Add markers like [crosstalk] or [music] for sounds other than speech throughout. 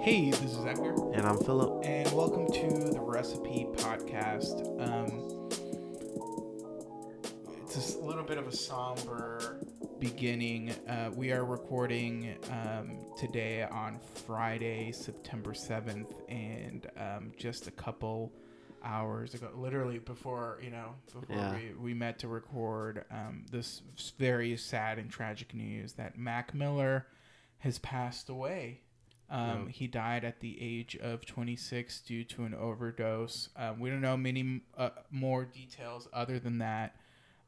Hey, this is Edgar, And I'm Philip. and welcome to the Recipe Podcast. Um, it's a s- little bit of a somber beginning. Uh, we are recording um, today on Friday, September 7th, and um, just a couple hours ago, literally before, you know, before Yeah. we, we met to record um, this very sad and tragic news that Mac Miller has passed away. Um, Yeah. He died at the age of 26 due to an overdose. Um, we don't know many uh, more details other than that.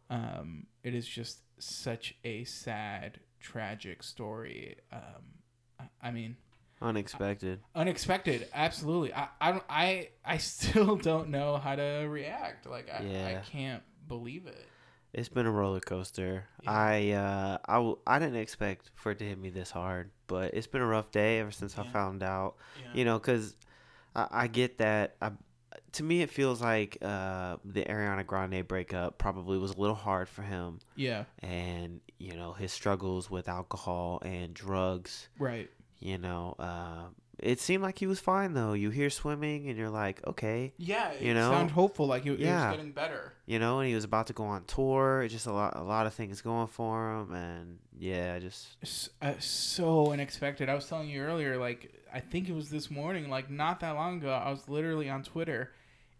Um, it is just such a sad, tragic story. Um, I- I mean, Unexpected. unexpected absolutely i i don't i i [laughs] still don't know how to react like i, I Yeah. can't believe it It's been a roller coaster. Yeah. I uh I, w- I didn't expect for it to hit me this hard, but it's been a rough day ever since I Yeah. found out. You know, cuz I, I get that I to me it feels like uh the Ariana Grande breakup probably was a little hard for him yeah and you know, his struggles with alcohol and drugs right you know uh, it seemed like he was fine though you hear swimming and you're like okay yeah it You know? sound hopeful like it, it Yeah. was getting better you know and he was about to go on tour It's just a lot a lot of things going for him and yeah just S- uh, so unexpected i was telling you earlier like i think it was this morning like not that long ago i was literally on twitter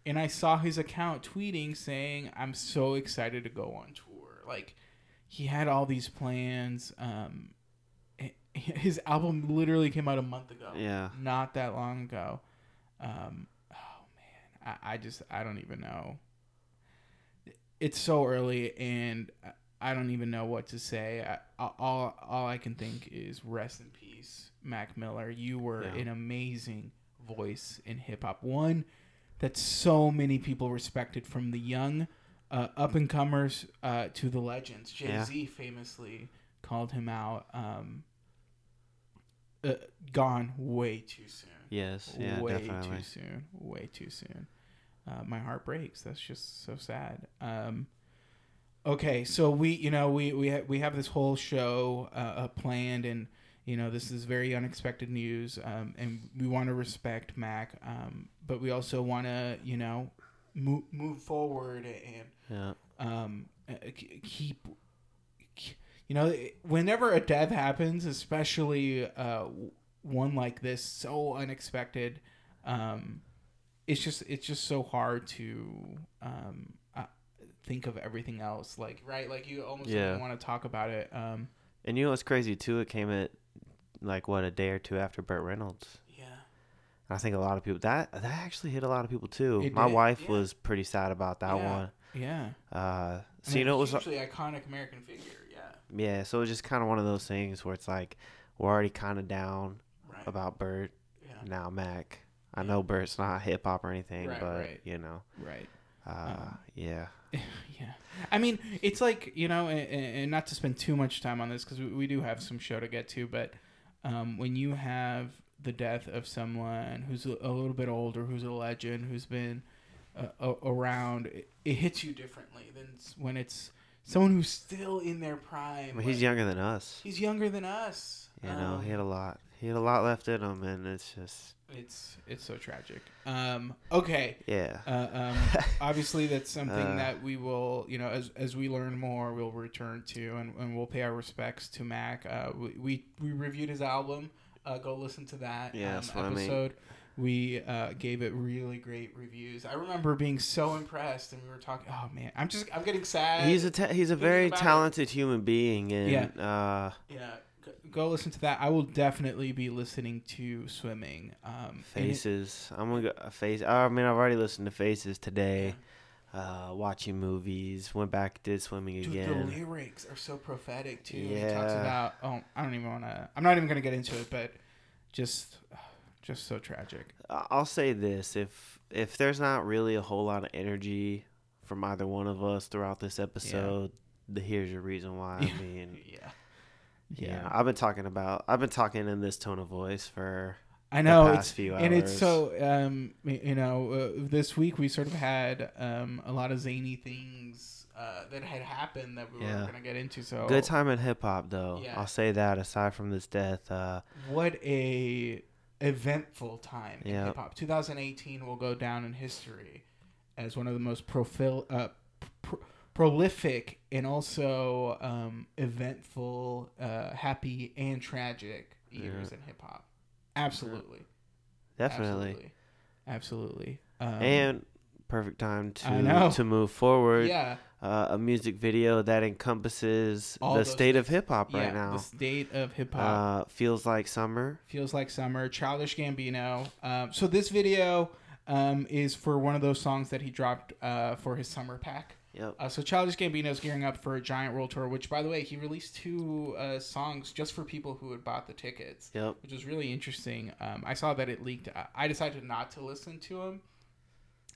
and i saw his account tweeting saying i'm so excited to go on tour like he had all these plans um h- his album literally came out a month ago yeah not that long ago. Um, oh man, I, I just I don't even know. It's so early, and I- I don't even know what to say. I, I- all all I can think is rest in peace, Mac Miller. You were Yeah. an amazing voice in hip hop. One that so many people respected, from the young uh, up and comers uh, to the legends. Jay Z famously called him out. Um, uh, gone way too soon. yes yeah way definitely too soon. Way too soon. Uh, my heart breaks. That's just so sad. Um, okay, so we, you know, we we ha- we have this whole show uh, uh, planned, and you know, this is very unexpected news, um, and we want to respect Mac, um, but we also want to, you know, move move forward and yeah um, uh, k- keep, k- you know, eh, whenever a death happens, especially uh, w- one like this, so unexpected, um, it's just it's just so hard to um, uh, think of everything else. Like right, like you almost Yeah. don't want to talk about it. Um, and you know what's crazy too it came at like what a day or two after burt reynolds yeah, i think a lot of people that that actually hit a lot of people too It my did, wife yeah. was pretty sad about that Yeah. one yeah. uh I so mean, you know it was hugely iconic American figure. Yeah, yeah so it was just kind of one of those things where it's like we're already kind of down right. about burt yeah, now Mac. I Yeah. know Bert's not hip hop or anything, Right, but right. you know, right. uh, Um, yeah, [sighs] yeah i mean it's like you know and, and not to spend too much time on this because we, we do have some show to get to but um, when you have the death of someone who's a, a little bit older who's a legend who's been uh, a- around it, it hits you differently than s- when it's someone who's still in their prime I mean, he's like, younger than us. he's younger than us You know, Um, he had a lot. He had a lot left in him, and it's just it's it's so tragic um okay yeah, uh, um, [laughs] obviously that's something Uh. that we will you know as, as we learn more we'll return to and, and we'll pay our respects to mac uh, we, we, we reviewed his album uh, go listen to that Yeah, that's what I mean. episode we uh, gave it really great reviews i remember being so impressed and we were talking oh man i'm just i'm getting sad he's a ta- he's a thinking very about it- talented human being, and uh, yeah go- go listen to that i will definitely be listening to swimming um and it- faces. I'm gonna go uh, face. Oh, I mean, I've already listened to faces today. Uh, watching movies, went back did swimming Dude, the again. lyrics are so prophetic too. He talks Yeah. about oh, I don't even want to. I'm not even gonna get into it, but just, [sighs] just so tragic. I- I'll say this: if if there's not really a whole lot of energy from either one of us throughout this episode, the here's your reason why. Yeah. [laughs] I mean, Yeah, yeah. yeah. I've been talking about, I've been talking in this tone of voice for I know the it's past few hours. and it's so um y- you know uh, this week we sort of had um a lot of zany things uh that had happened that we Yeah. were gonna get into. So good time in hip hop, though. Yeah. I'll say that. Aside from this death, uh, What a eventful time in Yep. hip hop. 2018 will go down in history as one of the most profil- uh, pr- prolific and also um, eventful, uh, happy and tragic years in hip hop. Absolutely, Definitely. absolutely, absolutely. Um, and perfect time I know. to to move forward. yeah, Uh, a music video that encompasses All the those state of hip hop yeah. right The now. state of hip hop. Uh, feels like summer. Feels Like Summer, Childish Gambino. Um, so this video um, is for one of those songs that he dropped uh, for his summer pack. Yep. Uh, so Childish Gambino is gearing up for a giant world tour, which, by the way, he released two uh, songs just for people who had bought the tickets, Yep. which was really interesting. Um, I saw that it leaked. I- I decided not to listen to him.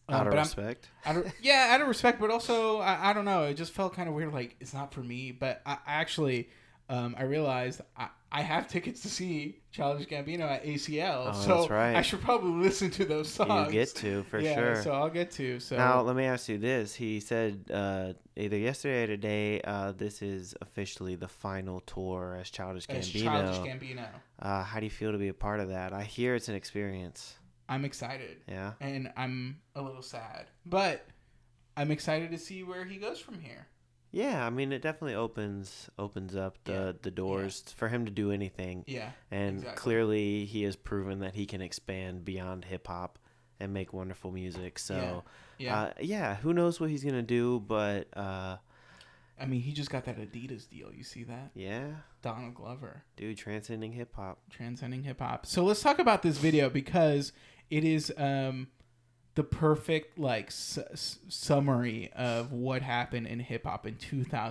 Um, Out of but I'm- respect. I don't, yeah, out of respect, but also I, I don't know. It just felt kind of weird. Like it's not for me. But I, I actually, um, I realized I, I have tickets to see Childish Gambino at ACL. Oh, so that's right. I should probably listen to those songs. You get to for yeah, sure. So I'll get to. So Now let me ask you this: He said uh, either yesterday or today, uh, this is officially the final tour as Childish as Gambino. Childish Gambino, uh, how do you feel to be a part of that? I hear it's an experience. I'm excited Yeah, and I'm a little sad, but I'm excited to see where he goes from here. yeah. I mean, it definitely opens opens up the Yeah. the doors for him to do anything, Yeah, and exactly. clearly he has proven that he can expand beyond hip hop and make wonderful music. So. yeah. Uh, yeah, who knows what he's gonna do, but uh, I mean, he just got that Adidas deal. You see that? yeah, Donald Glover. dude, transcending hip hop. transcending hip hop. So let's talk about this video because it is um the perfect like s- s- summary of what happened in hip hop in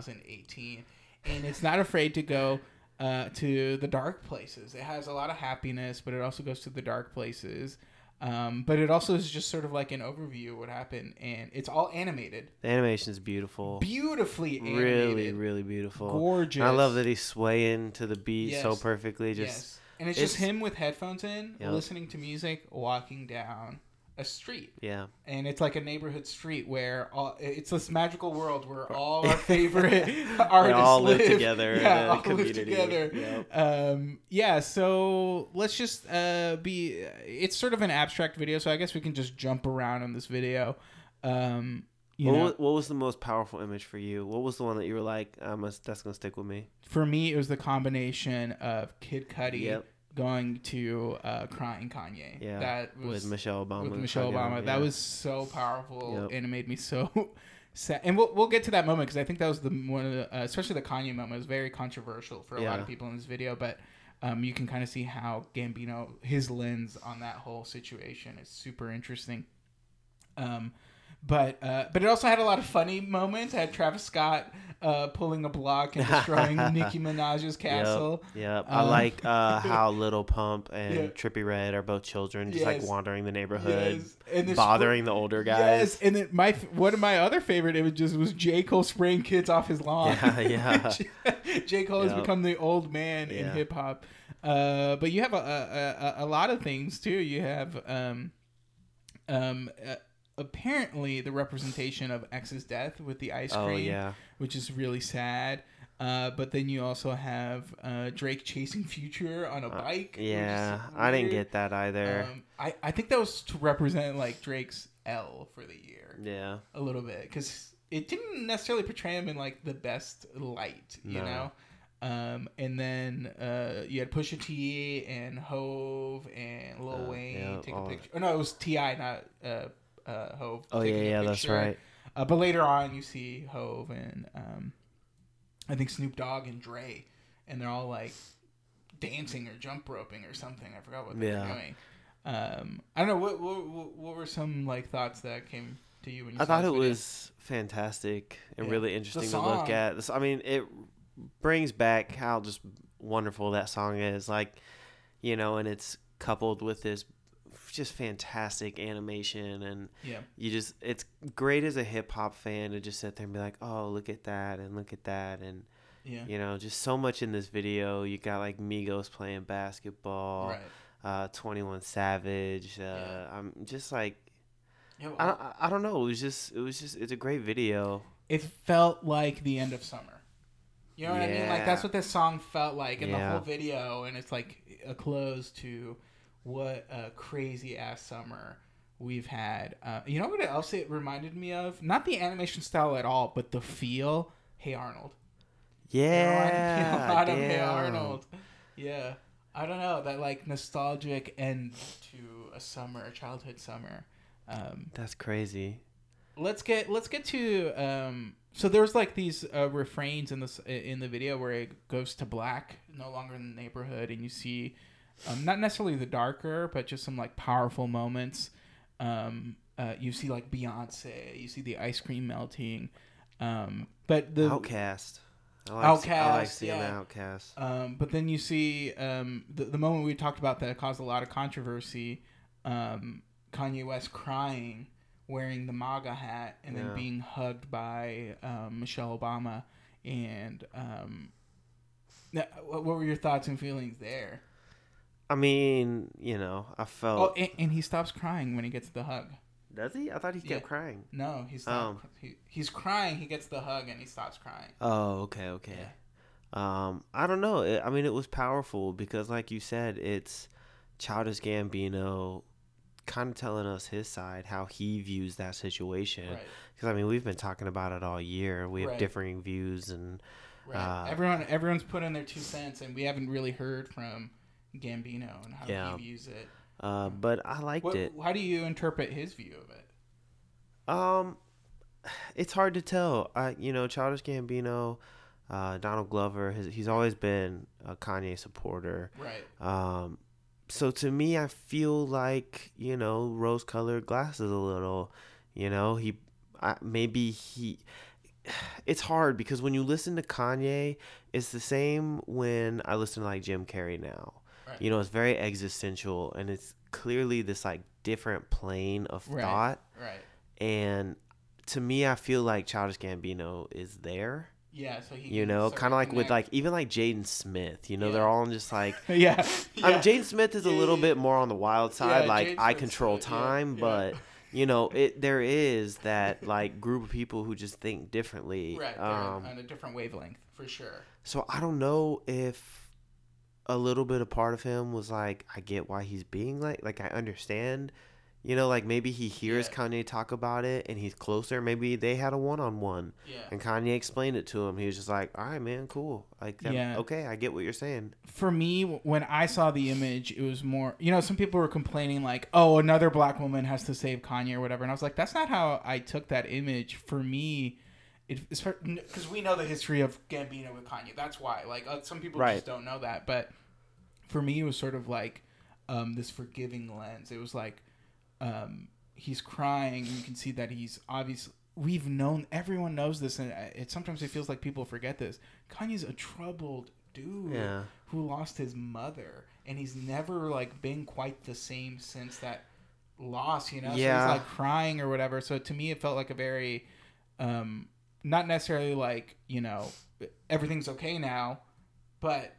2018 and it's not afraid to go uh, to the dark places. It has a lot of happiness, but it also goes to the dark places. Um, but it also is just sort of like an overview of what happened, and it's all animated, The animation's beautiful. beautifully animated, really, really beautiful. gorgeous. And I love that he's swaying to the beat so Yes. perfectly. Just yes. And it's, just it's- him with headphones in, Yeah. listening to music, walking down a street. yeah, And it's like a neighborhood street where all it's this magical world where all our [laughs] favorite [laughs] artists all live live together in Yeah, a all community. live together. Yep. Um, yeah, so let's just uh, be. It's sort of an abstract video, so I guess we can just jump around in this video. Um, you what, know, was, what was the most powerful image for you? What was the one that you were like, I'm a, that's gonna stick with me? for me, it was the combination of Kid Cudi Yep. going to uh, crying Kanye. Yeah, that was with Michelle Obama. with Michelle hugging Obama. him, yeah. That was so powerful, Yep. and it made me so [laughs] sad. And we'll, we'll get to that moment because I think that was the one of the, uh, especially the Kanye moment was very controversial for a lot Yeah. of people in this video. But um, you can kind of see how Gambino his lens on that whole situation is super interesting. Um, but uh, but it also had a lot of funny moments. It had Travis Scott uh, pulling a block and [laughs] destroying Nicki Minaj's castle. Yep, yep. I Um, like [laughs] uh, how Little Pump and Yeah. Trippy Red are both children, just like Yes. wandering the neighborhood, Yes. And this- bothering the older guys. Yes, and then my one of my other favorite images was J Cole spraying kids off his lawn. [laughs] Yeah, yeah. J Cole Yep. has become the old man in Yeah. hip hop. Uh, but you have a, a, a, a lot of things too. You have um, um, uh, apparently the representation of X's death with the ice cream, Oh yeah, which is really sad. Uh, but then you also have uh, Drake chasing Future on a bike. which is Uh, yeah. I didn't weird. get that either. Um, I, I think that was to represent like Drake's L for the year yeah, a little bit because it didn't necessarily portray him in like the best light, you No. know. Um, and then uh, you had Pusha T and Hove and Lil Uh, Wayne yeah, take a all- picture. Oh no, it was Ti, not uh, uh, Hove. Oh yeah, taking a yeah, that's picture. right. Uh, but later on, you see Hove and um, I think Snoop Dogg and Dre, and they're all like dancing or jump roping or something. I forgot what they Yeah. were doing. Um, I don't know. What, what what- what were some like thoughts that came to you when you I saw thought this it video? was fantastic and Yeah. really interesting to look song. at. This, I mean, it brings back how just wonderful that song is. Like, you know, and it's coupled with this just fantastic animation, and yeah you just it's great as a hip hop fan to just sit there and be like, oh, look at that, and look at that, and yeah you know, just so much in this video. You got like Migos playing basketball, right. uh, Twenty One Savage. Uh, Yeah. I'm just like. Yeah, well, I don't, I- I don't know. It was just, it was just, it's a great video. it felt like the end of summer. You know what I mean? Yeah. Like that's what this song felt like in the Yeah. whole video, and it's like a close to what a crazy ass summer we've had. Uh, you know what else it reminded me of? Not the animation style at all, but the feel. Hey Arnold. [laughs] Yeah. a lot of Hey damn. Arnold. Yeah. I don't know that like nostalgic end to a summer, a childhood summer. Um, That's crazy. let's get let's get to um so there's like these uh, refrains in this in the video where it goes to black no longer in the neighborhood and you see um, not necessarily the darker but just some like powerful moments um uh, you see like beyonce you see the ice cream melting um but the outcast. I like, I like Outcast, seeing the yeah. outcast. um, but then you see um, the, the moment we talked about that caused a lot of controversy um, Kanye West crying, wearing the MAGA hat, and then Yeah. being hugged by um, Michelle Obama. And um, now, what what were your thoughts and feelings there? I mean, you know, I Oh, felt. and, and he stops crying when he gets the hug. does he? I thought he kept Yeah. crying. No, he stopped, Oh. cr- he, he's crying, he gets the hug, and he stops crying. Oh, okay, okay. Yeah. Um, I don't know. It, I mean, it was powerful because, like you said, it's Childish Gambino kind of telling us his side, how he views that situation. Right, Because I mean, we've been talking about it all year. We have Right. differing views, and right. Uh, Everyone, everyone's put in their two cents, and we haven't really heard from Gambino and how Yeah. he views it. uh, but I liked What, it. How do you interpret his view of it? Um, it's hard to tell. I, you know, Childish Gambino, uh, Donald Glover. His, he's always been a Kanye supporter. Right. Um, so to me, I feel like you know rose-colored glasses a little. You know, he I, maybe he. [sighs] It's hard because when you listen to Kanye, it's the same when I listen to like Jim Carrey now. Right. You know, it's very existential and it's clearly this like different plane of Right. thought. Right. And to me, I feel like Childish Gambino is there. Yeah. Mm-hmm. So he. You can know, sort kind of like with like connect- even like Jaden Smith. You know, Yeah. they're all just like [laughs] yeah. I yeah. mean, Um, Jaden Smith is a Yeah, little yeah, bit more on the wild side. Yeah, like Jaden I Smith's control good, yeah, time, yeah. but you know, it there [laughs] is that like group of people who just think differently. Right. they're Um, on a different wavelength for sure. so I don't know if a little bit of part of him was like, I get why he's being like, like I understand. You know, like maybe he hears Yeah. Kanye talk about it and he's closer. Maybe they had a one-on-one Yeah. and Kanye explained it to him. He was just like, "All right, man, cool. Like, that, Yeah. okay, I get what you're saying." For me, when I saw the image, it was more. You know, some people were complaining like, "Oh, another black woman has to save Kanye" or whatever, and I was like, "That's not how I took that image." For me. It's because we know the history of Gambino with Kanye. That's why. Like uh, some people Right. just don't know that, but for me it was sort of like um, this forgiving lens it was like um, he's crying and you can see that he's obviously we've known everyone knows this and uh, it sometimes it feels like people forget this kanye's a troubled dude Yeah. who lost his mother and he's never like been quite the same since that loss you know Yeah. so he's like crying or whatever so to me it felt like a very um not necessarily like you know everything's okay now but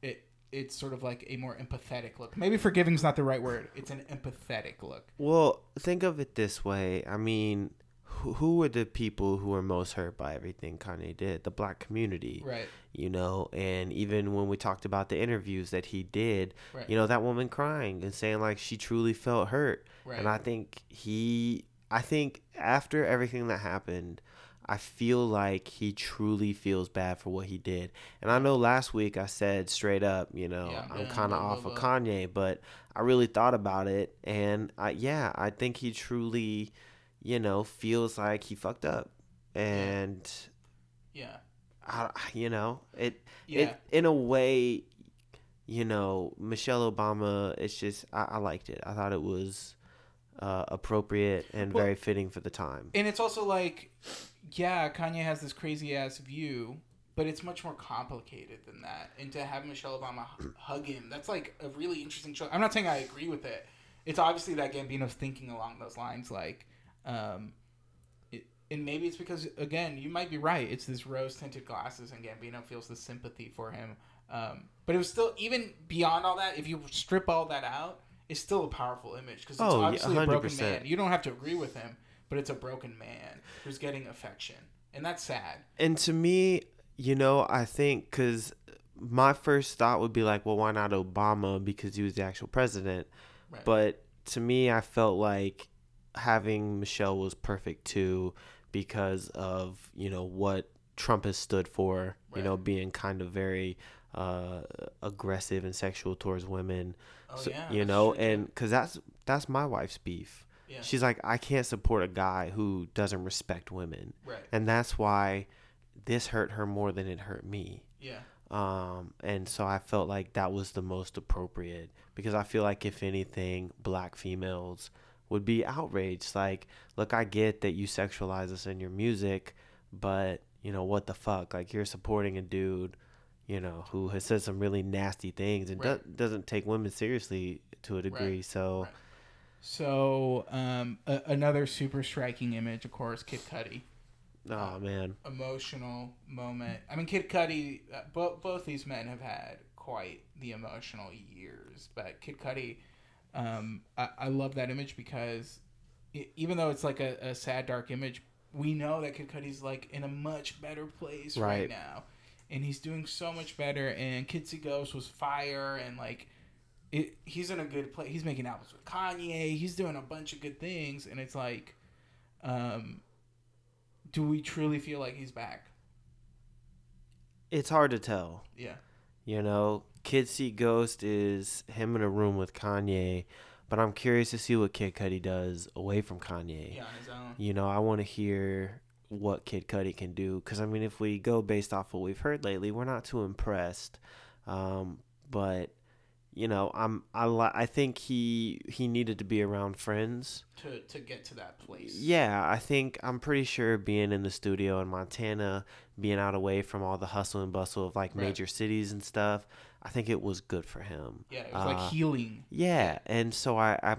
it it's sort of like a more empathetic look. Maybe forgiving's not the right word. It's an empathetic look. Well, think of it this way. I mean, who, who were the people who were most hurt by everything Kanye did? The black community, Right. you know? And even when we talked about the interviews that he did, Right. you know, that woman crying and saying like she truly felt hurt. Right. And I think he, I think after everything that happened, I feel like he truly feels bad for what he did. And I know last week I said straight up, you know, Yeah, I'm yeah, kind blah, of blah, off of blah. Kanye, but I really thought about it. And I, yeah, I think he truly, you know, feels like he fucked up. And, yeah. I, you know, it, Yeah. it in a way you know michelle obama it's just i, I liked it i thought it was uh, appropriate and Well- very fitting for the time and it's also like, yeah, Kanye has this crazy ass view, but it's much more complicated than that. And to have Michelle Obama h- hug him, that's like a really interesting choice. I'm not saying I agree with it. It's obviously that Gambino's thinking along those lines, like, um, it, and maybe it's because again, you might be right. It's this rose tinted glasses, and Gambino feels the sympathy for him. Um, but it was still even beyond all that. If you strip all that out, it's still a powerful image because it's Oh, yeah, obviously a broken 100%. man. You don't have to agree with him, but it's a broken man who's getting affection, and that's sad. and to me you know i think because my first thought would be like, well, why not Obama because he was the actual president? Right. But to me, I felt like having Michelle was perfect too because of, you know, what Trump has stood for, you know, Right. being kind of very uh, aggressive and sexual towards women. oh, so, yeah, you that's know, true, too. and cuz that's that's my wife's beef. yeah. She's like, I can't support a guy who doesn't respect women. right. And that's why this hurt her more than it hurt me Yeah. um and so i felt like that was the most appropriate because i feel like if anything black females would be outraged like look i get that you sexualize us in your music but you know what the fuck like you're supporting a dude you know who has said some really nasty things and Right. do- doesn't take women seriously to a degree so Right. So um, a- another super striking image, of course, Kid Cudi. oh man emotional moment. I mean, Kid Cudi, uh, both both these men have had quite the emotional years, but Kid Cudi, um, I, I love that image because e- even though it's like a, a sad, dark image, we know that Kid Cudi's like in a much better place right, Right. now, and he's doing so much better. And Kitsy Ghost was fire, and like. It, he's in a good place. He's making albums with Kanye. He's doing a bunch of good things, and it's like, um, do we truly feel like he's back? it's hard to tell Yeah. You know, Kids See Ghost is him in a room with Kanye, but I'm curious to see what Kid Cudi does away from Kanye. Yeah, on his own. You know, I want to hear what Kid Cudi can do because I mean, if we go based off what we've heard lately, we're not too impressed. Um, but you know, I'm I li- I think he he needed to be around friends. To, to get to that place. Yeah, I think I'm pretty sure being in the studio in Montana, being out away from all the hustle and bustle of like Right. major cities and stuff, I think it was good for him. Yeah, it was like Uh, healing. Yeah, and so I I,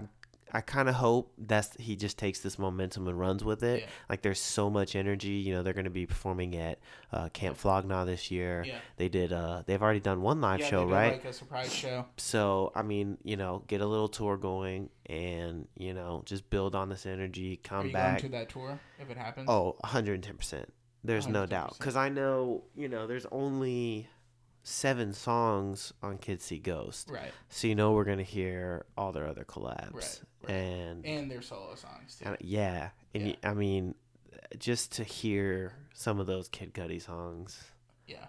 I kind of hope that's he just takes this momentum and runs with it. Yeah. Like there's so much energy, you know, they're going to be performing at uh, Camp Flogna this year. Yeah. They did uh they've already done one live yeah, show, they did, right? Like a surprise show. So, I mean, you know, get a little tour going and, you know, just build on this energy, Are come you back. going to that tour if it happens? Oh, 110%. There's no 110%. doubt. Because I know, you know, there's only seven songs on Kids See Ghost. Right. So you know we're going to hear all their other collabs. Right, right. And, and, And their solo songs, too. yeah. And Yeah. y- I mean, just to hear some of those Kid Cudi songs. yeah,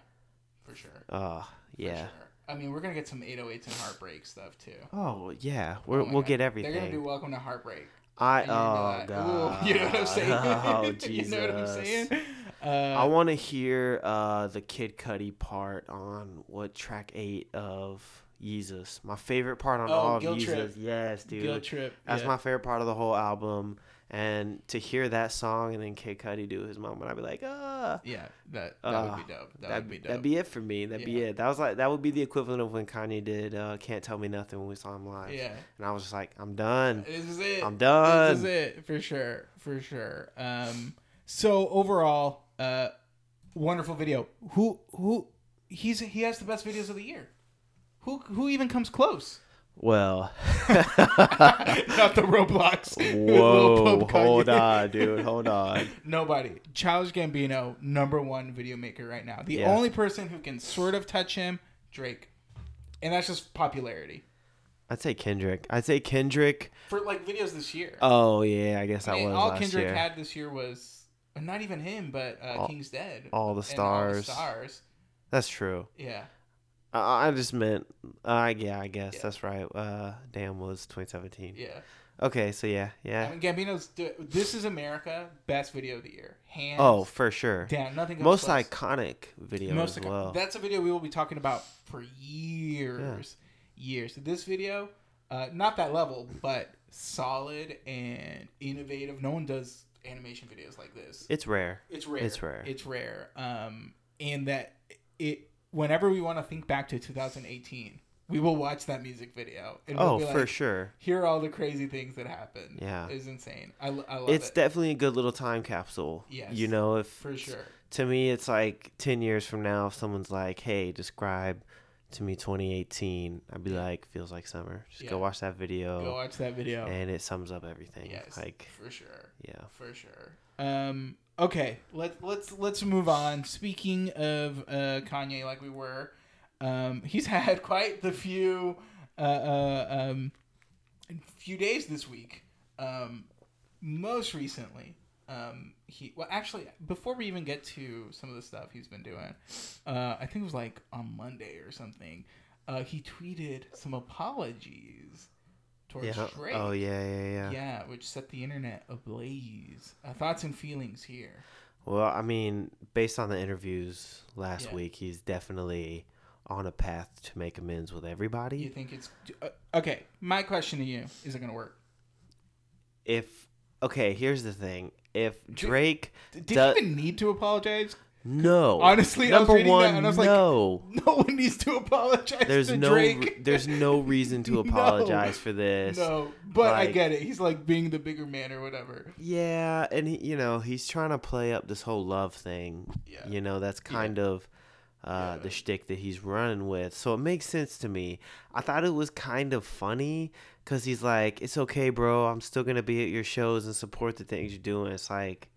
for sure. Oh, For yeah. sure. I mean, we're going to get some 808s and Heartbreak stuff, too. Oh, yeah. We're, Oh my we'll God. get They're going to everything. do Welcome to Heartbreak. I and you're gonna oh be like, "Ooh," [laughs] god. You know what I'm saying? [laughs] [laughs] Oh you Jesus. know what I'm saying? Uh, I want to hear uh, the Kid Cudi part on what track eight of Jesus. My favorite part on Oh, all of Guilt Jesus. Trip. Yes, dude. Guilt Trip. That's yeah. my favorite part of the whole album. And to hear that song and then Kid Cudi do his moment, I'd be like, ah. Yeah, that, that Uh, would be dope. That That'd, would be dope. that'd be it for me. That'd be Yeah. it. That was like that would be the equivalent of when Kanye did uh, "Can't Tell Me Nothing" when we saw him live, yeah. and I was just like, [laughs] "I'm done. This is it. I'm done." This is it for sure, for sure. Um, so overall, uh, wonderful video. Who who he's he has the best videos of the year. Who who even comes close? [laughs] Well, Not the Roblox. [laughs] Lil Whoa, Pump hold Kanye. on, dude. [laughs] Hold on. Nobody. Childish Gambino, number one video maker right now. The Yeah. only person who can sort of touch him, Drake, and that's just popularity I'd say Kendrick. I'd say Kendrick. for like videos this year. Oh, yeah, I guess that I mean, was all last Kendrick year. had this year was and not even him, but uh, All- King's Dead. all the And stars. stars. That's true. Yeah. I, I just meant, uh, yeah, I guess Yeah. that's right. Uh, Damn was 2017. Yeah. Okay, so yeah, I yeah. mean, Gambino's. do- This is America. Best video of the year. Hands. Oh, for sure. damn. Nothing. comes Most close. iconic video Most as icon- well. That's a video we will be talking about for years, years. This video, uh, not that level, but solid and innovative. No one does animation videos like this. It's rare. It's rare. It's rare. It's rare. Um, and that it. Whenever we want to think back to 2018, we will watch that music video. And we'll Oh, be for like, sure. Here are all the crazy things that happened. Yeah. it's insane. I, lo- I love It's it definitely a good little time capsule. Yes. You know, if for sure. to me it's like 10 years from now if someone's like hey describe to me 2018 i'd be like feels like summer just Yeah. go watch that Go video watch that video. and it sums up everything yes, Oh. like for sure. yeah for sure. Um, okay, let let's let's move on. Speaking of uh, Kanye, like we were, Um, he's [laughs] had quite the few uh, uh, um, few days this week. Um, most recently, um, he well actually before we even get to some of the stuff he's been doing, uh, I think it was like on Monday or something. Uh, he tweeted some apologies towards Yeah. Drake. Oh yeah, yeah, yeah. Yeah, which set the internet ablaze. Uh, thoughts and feelings here. Well, I mean, based on the interviews last Yeah. week, he's definitely on a path to make amends with everybody. You think it's uh, okay? My question to you: Is it gonna work? If okay, here's the thing: if Did- [laughs] Drake, Did he Duh. even need to apologize? [laughs] no, Honestly, I was number reading that one, and I was like, no. No one needs to apologize there's to no, Drake. [laughs] there's no reason to No. apologize for this. no, but I like- get it. He's like being the bigger man or whatever. Yeah, and he, you know he's trying to play up this whole love thing. Yeah. You know that's kind of uh, Yeah. the shtick that he's running with, so it makes sense to me. I thought it was kind of funny because he's like, "It's okay, bro. I'm still gonna be at your shows and support the things you're doing." It's like,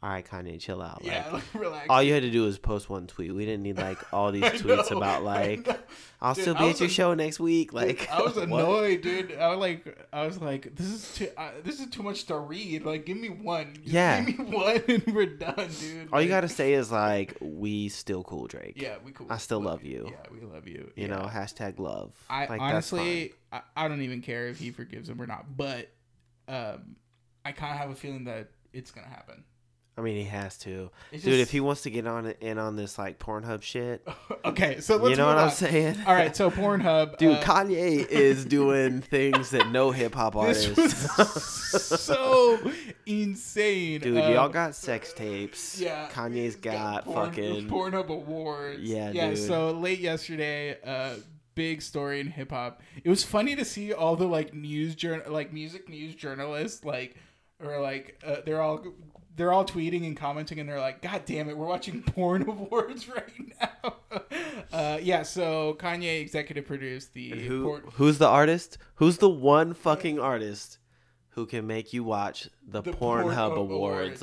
all right, Kanye, chill out. Like, Yeah, like, [laughs] relax. all you had to do was post one tweet. We didn't need like [laughs] all these I tweets know, I about like, know. "I'll Dude, still I be was at your an- show next week." Like, I was [laughs] what? annoyed, dude. I was like, I was like, this is too, uh, this is too much to read. Like, give me one. Just Yeah. give me [laughs] one, and we're done, dude. All Like, you gotta say is like, "We still cool, Drake." Yeah, we cool. I still love you. Yeah, we love you. Yeah. You know, hashtag love. I Like, that's honestly, I, I don't even care if he forgives him or not, but um, I kind of have a feeling that it's gonna happen. I mean, he has to, It's dude. just- If he wants to get on it- in on this like Pornhub shit, [laughs] okay, so [laughs] let's you know what move I'm on. saying? All right, so Pornhub, [laughs] dude. uh, Kanye [laughs] is doing things that no hip hop this artist. was [laughs] [laughs] so insane, dude, Um, y'all got sex tapes. Yeah, Kanye's he's got, Porn- fucking. [laughs] Pornhub awards. Yeah, yeah. dude. So late yesterday, uh, big story in hip hop. It was funny to see all the like news jour- like music news journalists, like or like uh, they're all they're all tweeting and commenting, and they're like, "God damn it, we're watching [laughs] porn awards [laughs] right now." uh, yeah. So Kanye executive produced the And who porn- who's the artist? Who's the one fucking artist who can make you watch the, The Pornhub Pornhub awards?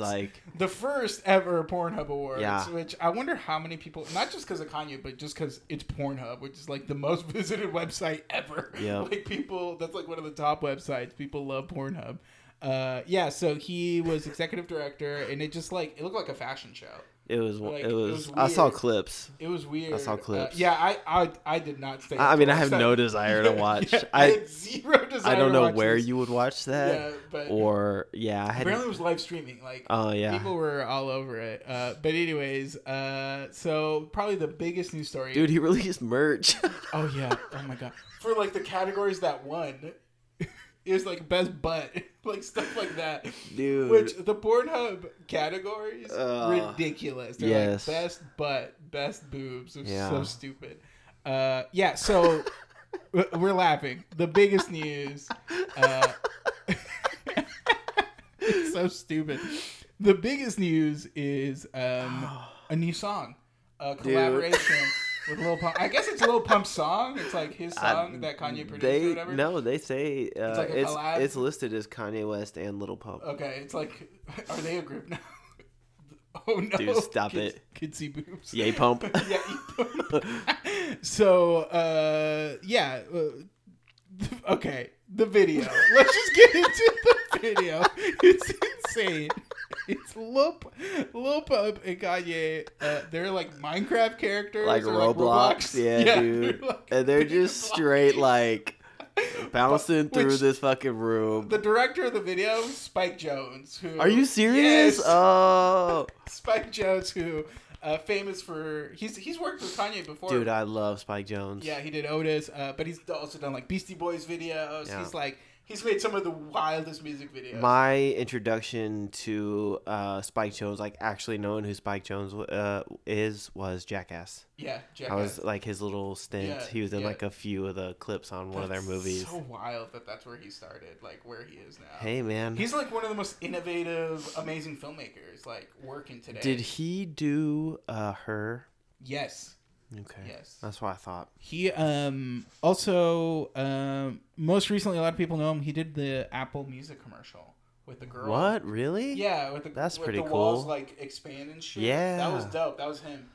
Awards. Like, the first ever Pornhub Awards, Yeah. which I wonder how many people, not just because of Kanye, but just because it's Pornhub, which is like the most [laughs] visited website ever. Yeah. Like people, that's like one of the top websites. People love Pornhub. Uh, yeah, so he was executive director, and it just like, it looked like a fashion show. it was Like, it it was. was I saw weird. clips. It was weird. saw Uh, clips. yeah, I, I I did not stay. I, I up mean, to I have watch [laughs] no that. desire to watch. Yeah, I, I had zero desire I don't to know watch where this. you would watch that. Yeah, but Or yeah, I had. apparently it was live streaming. Like, Oh yeah, People were all over it. Uh, but anyways, uh, so probably the biggest news story. [laughs] dude, he released merch. [laughs] Oh yeah. Oh my god. For like the categories that won, [laughs] it was like best butt, [laughs] like stuff like that. dude, Which the Pornhub categories Ugh. ridiculous. They're Yes. like best butt, best boobs. It's Yeah. so stupid. Uh, yeah. So [laughs] we're- we're laughing. The biggest news. Uh, [laughs] it's so stupid. The biggest news is [sighs] um, a new song, a collaboration with Lil Pump. I guess it's Lil Pump's song. It's like his I- song that Kanye produced they, or whatever. No, they say uh, it's like a it's, collab? listed as Kanye West and Little Pump. Okay, it's like, [laughs] are they a group now? [laughs] oh no! Dude, stop Kids- it. Kids see boobs. Yay, Pump. [laughs] yeah. yay, pump. [laughs] so, uh, yeah. Uh, [laughs] okay, the video. Let's just get into the video. [laughs] It's insane. It's Lil, P- Lil Pump and Kanye. Uh, they're like Minecraft characters, Like or [laughs] Roblox, yeah, dude. they're like- [laughs] and they're just straight like bouncing through which- this fucking room. The director of the video, Spike Jones. Who Are you serious? Yes. Oh, [laughs] Spike Jones, who uh, famous for he's he's worked with Kanye before. dude, I love Spike Jones. yeah, he did Otis, uh, but he's also done like Beastie Boys videos. Yeah. He's like he's made some of the wildest music videos. My introduction to uh, Spike Jones, like actually knowing who Spike Jones uh, is, was Jackass. yeah, Jackass. I was like his little stint. Yeah, he was in yeah. like a few of the clips on one of their That's movies. So wild that that's where he started, like where he is now. hey man, He's like one of the most innovative, amazing filmmakers, like working today. did he do uh her? yes, Okay, yes. that's what I thought. He um also um most recently a lot of people know him. He did the Apple Music commercial with the girl. What really? Yeah, with the That's with pretty the walls cool. like expand and shit. Yeah. that was dope. That was him.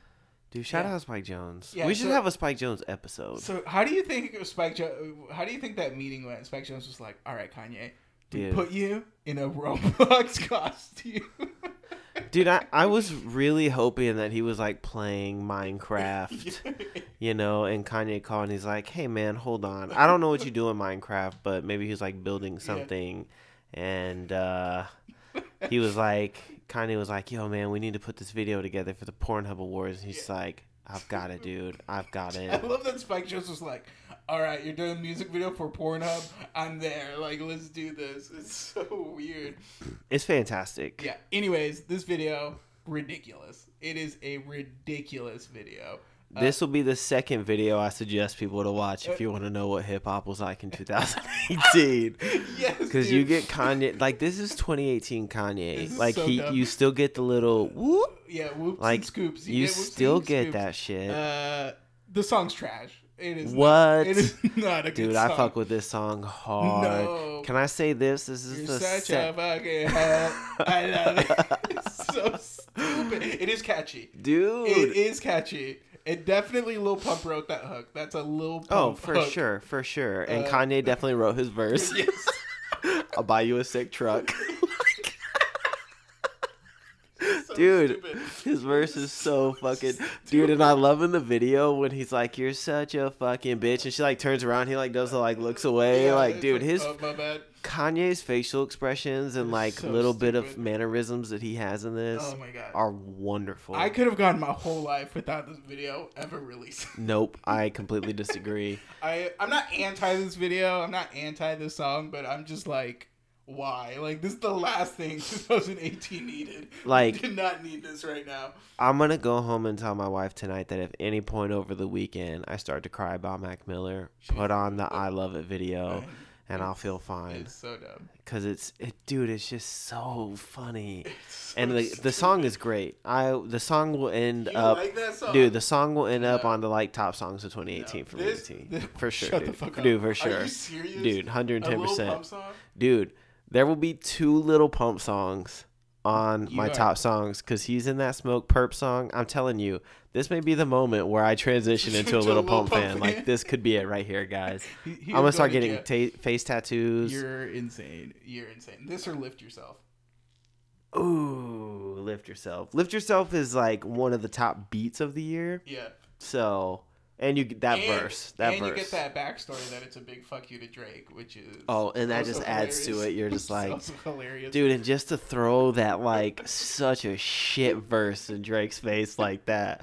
Dude, shout Yeah. out Spike Jones. Yeah, we should so- have a Spike Jones episode. So how do you think Spike? Jo- how do you think that meeting went? Spike Jones was like, "All right, Kanye, we Dude. put you in a Roblox [laughs] costume." Dude, I, [laughs] I was really hoping that he was like playing Minecraft, you know, and Kanye called and he's like, hey man, hold on. I don't know what you do in Minecraft, but maybe he was like building something. And uh, he was like, Kanye was like, yo man, we need to put this video together for the Pornhub Awards. And he's like, I've got it, dude. I've got I [laughs] it. love that Spike Jones was like, "All right, you're doing a music video for Pornhub. I'm there. Like, let's do this." It's so weird. It's fantastic. Yeah. Anyways, this video ridiculous. It is a ridiculous video. [laughs] This will be the second video I suggest people to watch uh, if you want to know what hip hop was like [laughs] in 2018. Yes, Because you dude. get Kanye, like this is 2018 Kanye. This is like so he, dumb. you still get the little whoop. yeah whoops Like and scoops. you, whoops still and get scoops. that shit, Uh, the song's trash. It is Not, [laughs] What? it is not a good dude. song. I fuck with this song hard. No. Can I say this? This is You're the such a sec- fucking hoe. I love it. [laughs] It's so stupid. It is catchy. dude. It is catchy. It definitely Lil Pump wrote that hook. That's a Lil Pump oh, for hook. sure, for sure. And Uh, Kanye definitely wrote his verse. [laughs] Yes. [laughs] I'll buy you a [laughs] sick truck, So dude. stupid. His verse is so fucking dude. And I love in the video when he's like, "You're such a fucking bitch," and she like turns around. He like does the like looks away. Yeah, like, it's dude, his oh, my bad. Kanye's facial expressions and It's like so little bit of stupid. mannerisms that he has in this Oh my god. are wonderful. I could have gone my whole life without this video ever released. nope, I completely disagree. I I'm not anti this video. I'm not anti this song, but I'm just like, why? Like this is the last thing [laughs] 2018 needed. Like- we did not need this right now. I'm gonna go home and tell my wife tonight that if any point over the weekend I start to cry about Mac Miller, put on the "I Love It" video, and I'll feel fine. It's so dumb. Cause it's, it, dude, it's just so funny, It's so and the the stupid. song is great. I the song will end You up. like that song? Dude, the song will end up No. on the like top songs of 2018 for me. This- T. this- [laughs] for sure, shut the dude. fuck up. Dude, for Are sure. you serious? Dude, A Lil 110 Pump percent. song? Dude, there will be two little pump songs on You my are- top songs because he's in that smoke perp song. I'm telling you, this may be the moment where [laughs] I transition into a To little pump fan. Like this could be it right here, guys. I'm gonna start getting ta- face tattoos. You're insane. You're insane. This or lift yourself. Ooh, lift yourself. Lift yourself is like one of the top beats of the year. Yeah. So, and you that and, verse, that and verse. you get that backstory that it's a big fuck you to Drake, which is Oh, and that also just adds to hilarious. it. You're [laughs] just It's like, also hilarious. dude, and just to throw that like such a shit verse in Drake's face like that,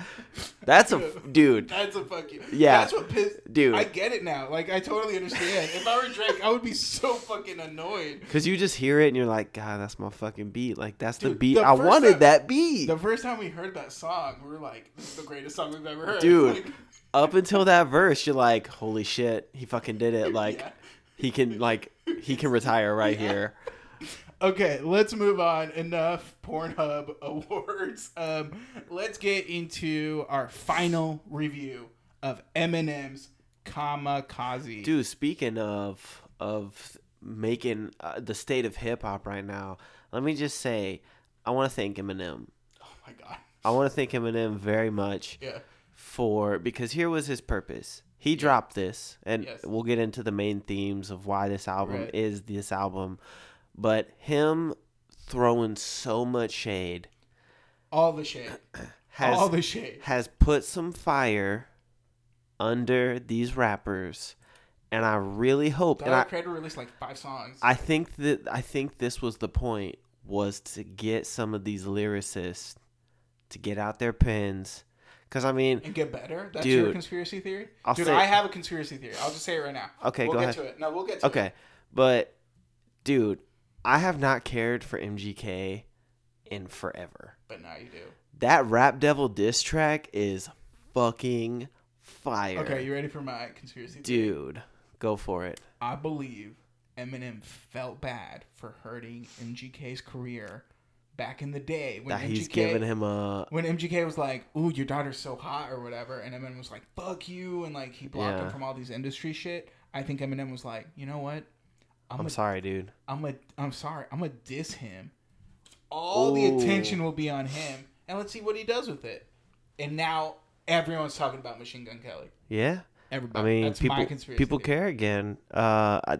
[laughs] that's a dude. That's a fuck you. Yeah. That's what pissed. Dude. I get it now. Like, I totally understand. if I were Drake, I would be so fucking annoyed. Cause you just hear it and you're like, God, that's my fucking beat. Like that's the Dude, beat the I first wanted. time- that beat, The first time we heard that song, we were like, this is the greatest song we've ever heard. dude. [laughs] Like, Up until that verse, you're like, Holy shit, he fucking did it. Like yeah. he can, like he [laughs] can retire right Yeah. here. Okay, let's move on. Enough Pornhub [laughs] awards. Um, let's get into our final review of Eminem's Kamikaze. Dude, speaking of of making uh, the state of hip hop right now, let me just say, I want to thank Eminem. Oh my god. I want to thank Eminem very much Yeah. for because here was his purpose. He dropped this, and Yes. we'll get into the main themes of why this album Right. is this album. But him throwing so much shade All the shit. has All the shit. has put some fire under these rappers, and I really hope and I, Tyler Creator released like five songs. I think that I think this was the point was to get some of these lyricists to get out their pens, because I mean, and get better. That's your Dude. conspiracy theory. I'll Dude, say- I have a conspiracy theory. I'll just say it right now. Okay, we'll go get ahead. to it. No, we'll get to it. okay, but dude, I have not cared for MGK in forever. But now you do. That rap devil diss track is fucking fire, Okay, you ready for my conspiracy theory? dude. Go for it. I believe Eminem felt bad for hurting MGK's career back in the day when That he's MGK giving him a when MGK was like, "Ooh, your daughter's so hot" or whatever, and Eminem was like, "Fuck you," and like he blocked Yeah. him from all these industry shit. I think Eminem was like, "You know what? I'm I'm a, sorry, dude. I'm a, I'm sorry, I'm gonna diss him. All the Ooh. attention will be on him, and let's see what he does with it." And now everyone's talking about Machine Gun Kelly. Yeah. I Everybody. mean, that's people my conspiracy people theory. care again. Uh, I,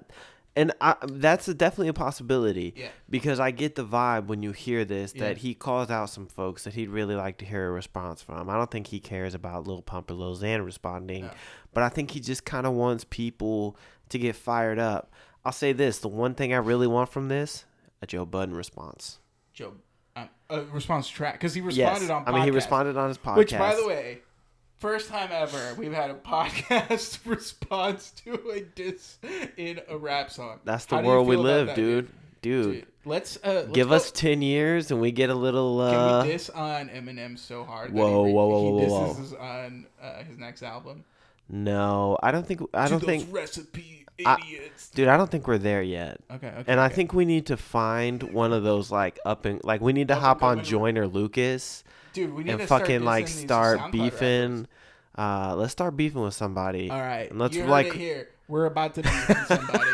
and I, that's a, definitely a possibility. Yeah. Because I get the vibe when you hear this Yeah. that he calls out some folks that he'd really like to hear a response from. I don't think he cares about Lil Pump or Lil Xan responding, No. but I think he just kind of wants people to get fired up. I'll say this: the one thing I really want from this, a Joe Budden response. Joe um, a response track because he responded Yes, on. Podcast, I mean he responded on his podcast. Which, by the way, first time ever we've had a podcast [laughs] response to a diss in a rap song. that's the How do you world we feel about live, that, dude. Dude, Dude, let's uh, let's give go- us ten years and we get a little. Can Uh, we diss on Eminem so hard? that whoa, he, whoa, whoa, he whoa, whoa, disses us on uh, his next album. No, I don't think I To don't those think recipe I- idiots. dude, I don't think we're there yet. okay, okay. And I okay. think we need to find one of those like up and like we need to Up and hop on coming. Joyner Lucas dude, we need and to start fucking like dissing these start SoundCloud beefing. rappers. Uh, let's start beefing with somebody. All right, And let's you heard like it here. We're about to beef with [laughs] somebody.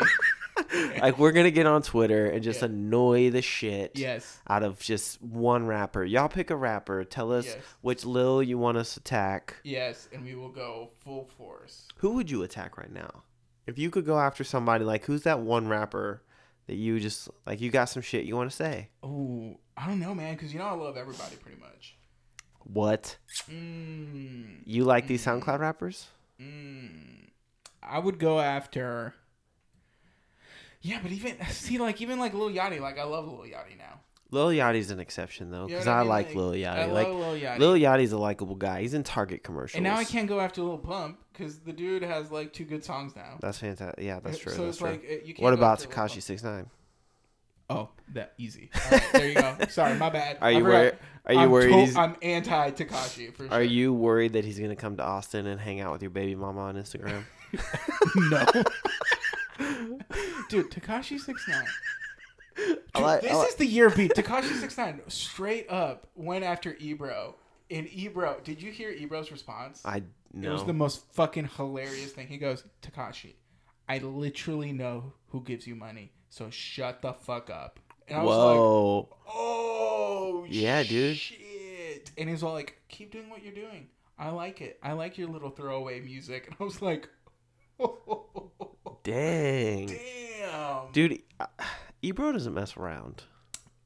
like we're gonna get on Twitter and just Yeah. annoy the shit yes, out of just one rapper. Y'all pick a rapper. Tell us Yes. which Lil you want us to attack. yes, and we will go full force. Who would you attack right now? If you could go after somebody, like who's that one rapper that you just like you got some shit you want to say? Oh, I don't know, man, because you know I love everybody pretty much. What? Mm, You like these SoundCloud rappers? mm. I would go after. Yeah, but even [laughs] see, like even like Lil Yachty, like I love Lil Yachty now. Lil Yachty's an exception though, You know because what I, mean? like Lil I Yachty. love Like Lil Yachty. Lil Yachty's a likable guy. He's in Target commercials. and now I can't go after Lil Pump because the dude has like two good songs now. That's fantastic. Yeah, that's true. So that's it's true. like uh, you can't what go about after Lil Takashi Pump. Six Nine? Oh, that easy. All right, there you go. Sorry, my bad. Are I you forgot. worried? Are you I'm worried? to- he's- I'm anti Takashi for sure. are you worried that he's gonna come to Austin and hang out with your baby mama on Instagram? No. [laughs] Dude, Takashi Six Nine. I like- I this like- is the year beat. Takashi Six Nine straight up went after Ebro. And Ebro, did you hear Ebro's response? I [laughs] It was the no. most fucking hilarious thing. He goes, Takashi, I literally know who gives you money, so shut the fuck up. And I was Whoa. like, oh, Yeah, dude. Shit. And he's all like, keep doing what you're doing. I like it. I like your little throwaway music. [laughs] And I was like, Dang. damn. Dude. Dude, uh, Ebro doesn't mess around.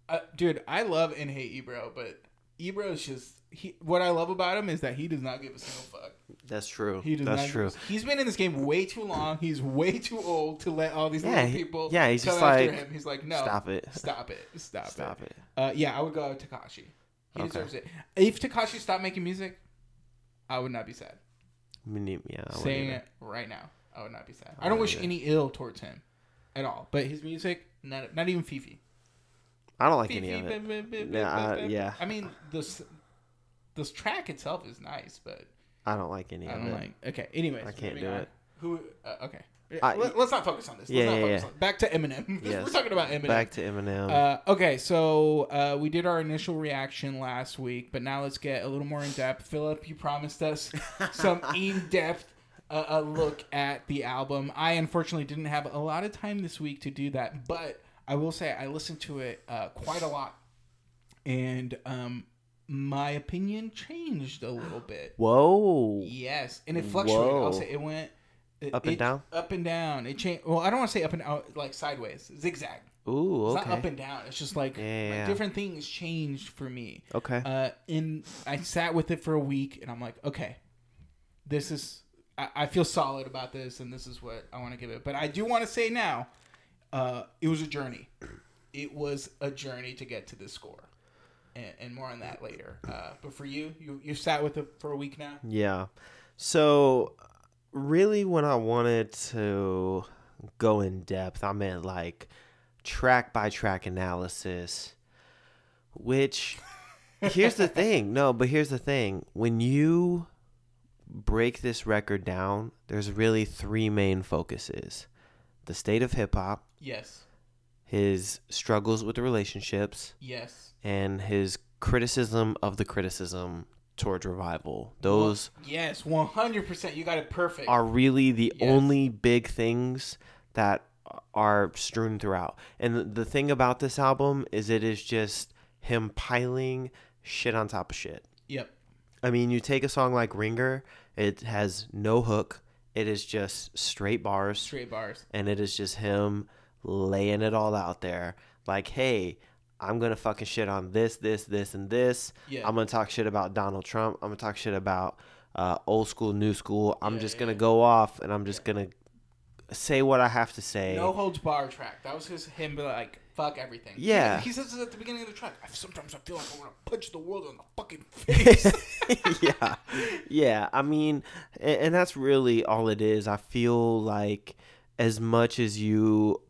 Uh, dude, I love and hate Ebro, but Ebro's just. He, what I love about him is that he does not give a single fuck. That's true. He does That's not- true. He's been in this game way too long. He's way too old to let all these Yeah, little he- people. yeah, he's come just after like, him. He's like, no, Stop it. stop it, stop, Stop it. Uh, yeah, I would go with Takashi. He Okay. deserves it. If Takashi stopped making music, I would not be sad. Mini- Yeah, I wouldn't Saying either. it right now, I would not be sad. I, don't wish any ill towards him at all. But his music, not not even Fifi. I don't like Fifi, any of it. bim, bim, bim, Nah, bim, I- bim, bim. yeah. I mean, this this track itself is nice, but I don't like any I of don't it. like. Okay. Anyways, I can't moving do on. it. Who? Uh, okay. I- Let, us not focus on this. Yeah, let's not yeah, focus yeah. On, back to Eminem. [laughs] We're Yes. talking about Eminem. Back to Eminem. uh, okay, so uh, we did our initial reaction last week, but now let's get a little more in depth. Philip, you promised [laughs] us some in depth uh, uh, look at the album. I unfortunately didn't have a lot of time this week to do that, but I will say I listened to it uh, quite a lot, and um, my opinion changed a little bit. Whoa. Yes, and it fluctuated. I'll Whoa. say it went it- Up and it- down? Up and down. It changed. Well, I don't want to say up and out, like sideways, zigzag. Ooh, It's okay. not up and down. It's just like, Yeah, yeah, like, yeah. different things changed for me. okay. Uh, and I sat with it for a week, and I'm like, okay, this is. I, I feel solid about this, and this is what I want to give it. But I do want to say now, uh, it was a journey. It was a journey to get to this score, and, and more on that later. Uh, but for you, you you've sat with it for a week now. yeah. So, really, when I wanted to go in depth, I meant like track by track analysis, which here's the thing. No, but here's the thing. When you break this record down, there's really three main focuses the state of hip hop, Yes. his struggles with relationships, Yes. and his criticism of the criticism towards revival. Those Yes, one hundred percent. You got it perfect. are really the Yes. only big things that are strewn throughout. And the- the thing about this album is it is just him piling shit on top of shit. yep. I mean, you take a song like Ringer, it has no hook. It is just straight bars, Straight bars. and it is just him laying it all out there. Like, hey, I'm gonna fucking shit on this, this, this, and this. Yeah. I'm gonna talk shit about Donald Trump. I'm gonna talk shit about uh, old school, new school. I'm Yeah, just yeah, gonna yeah. go off, and I'm just gonna say what I have to say. No holds bar track. That was his him be like fuck everything. Yeah. He, he says it at the beginning of the track. I, sometimes I feel like I want to punch the world in the [laughs] fucking face. yeah, yeah. I mean, and, and that's really all it is. I feel like as much as you,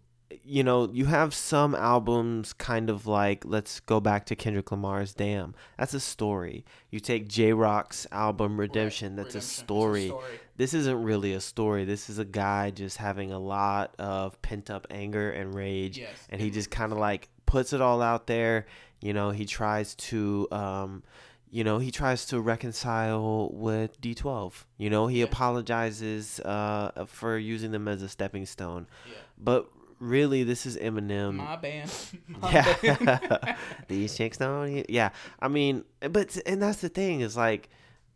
you know, you have some albums kind of like, let's go back to Kendrick Lamar's Damn. That's a story. You take J Rock's album Redemption, that's Redemption. a It's story. This isn't really a story. This is a guy just having a lot of pent up anger and rage Yes. and he just kind of like puts it all out there you know he tries to um you know he tries to reconcile with d12 you know he Yeah. apologizes uh for using them as a stepping stone Yeah. but really this is eminem My [laughs] band. My um, yeah band. [laughs] these chicks don't e- yeah i mean but and that's the thing is like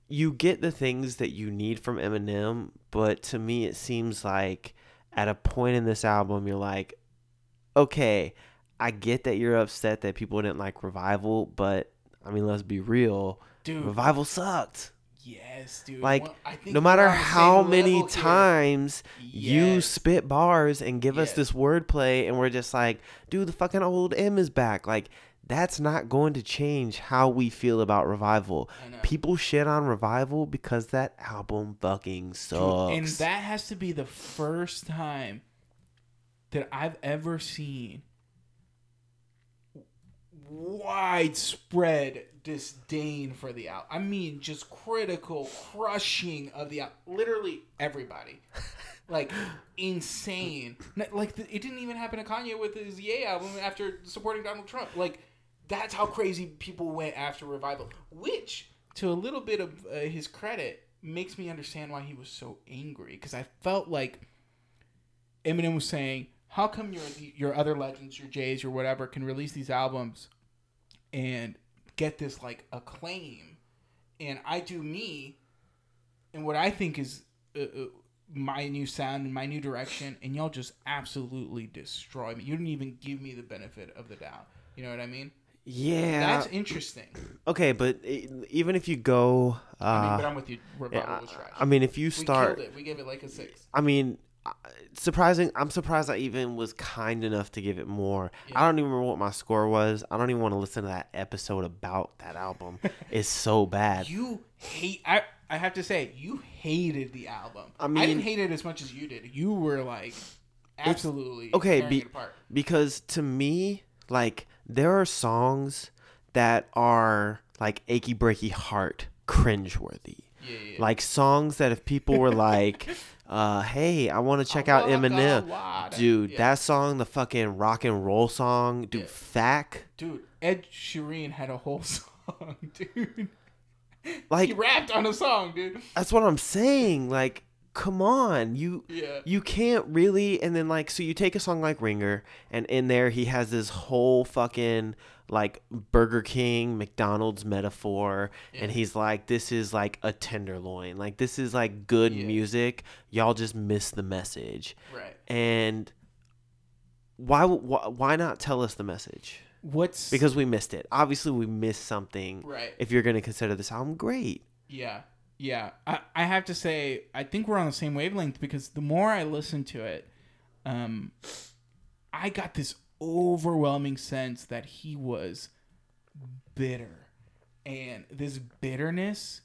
you get the things that you need from eminem but to me it seems like at a point in this album you're like okay i get that you're upset that people didn't like revival but i mean let's be real dude. revival sucked Yes, dude. Like, One- I think no we're matter on the same how many level here. times you Yes. spit bars and give us Yes. this wordplay, and we're just like, dude, the fucking old M is back. Like, that's not going to change how we feel about revival. I know. People shit on revival because that album fucking sucks. And that has to be the first time that I've ever seen widespread disdain for the album. I mean, just critical crushing of the album. Literally everybody. Like insane. Not- Like th- it didn't even happen to Kanye with his Ye album after supporting Donald Trump. Like that's how crazy people went after revival. Which, to a little bit of uh, his credit, makes me understand why he was so angry. Because I felt like Eminem was saying, "How come your your other legends, your Jays, your whatever, can release these albums and get this like acclaim, and I do me, and what I think is uh, uh, my new sound and my new direction, and y'all just absolutely destroy me. You didn't even give me the benefit of the doubt. You know what I mean? yeah. That's interesting. okay, but e- even if you go, uh, I mean, but I'm with you. yeah, Revival was trash. I, I mean, if you we start, killed it. We gave it like a six. I mean, I- surprising. I'm surprised I even was kind enough to give it more. Yeah. I don't even remember what my score was. I don't even want to listen to that episode about [laughs] that album. it's so bad. You hate. I I have to say, you hated the album. I I mean- I didn't hate it as much as you did. You were like, absolutely okay, tearing be- it apart. because to me, like there are songs that are like achy breaky heart cringeworthy. Yeah, yeah. yeah. Like songs that if people [laughs] were like, uh, "Hey, I want to check out Waka Eminem," Wada. dude, Yeah. that song, the fucking rock and roll song, dude, Yeah. Thack, dude, Ed Sheeran had a whole [laughs] song, dude. like He rapped on a song, dude. That's what I'm saying. Like, come on, you Yeah. you can't really. And then like, so you take a song like Ringer, and in there he has this whole fucking like Burger King, McDonald's metaphor, and Yeah. he's like, this is like a tenderloin, like this is like good Yeah. music. Y'all just miss the message, Right. and why why why not tell us the message? What's Because we missed it. Obviously, we missed something. right? If you're gonna consider this album great, Yeah. Yeah. I, I have to say, I think we're on the same wavelength because the more I listened to it, um, I got this overwhelming sense that he was bitter. And this bitterness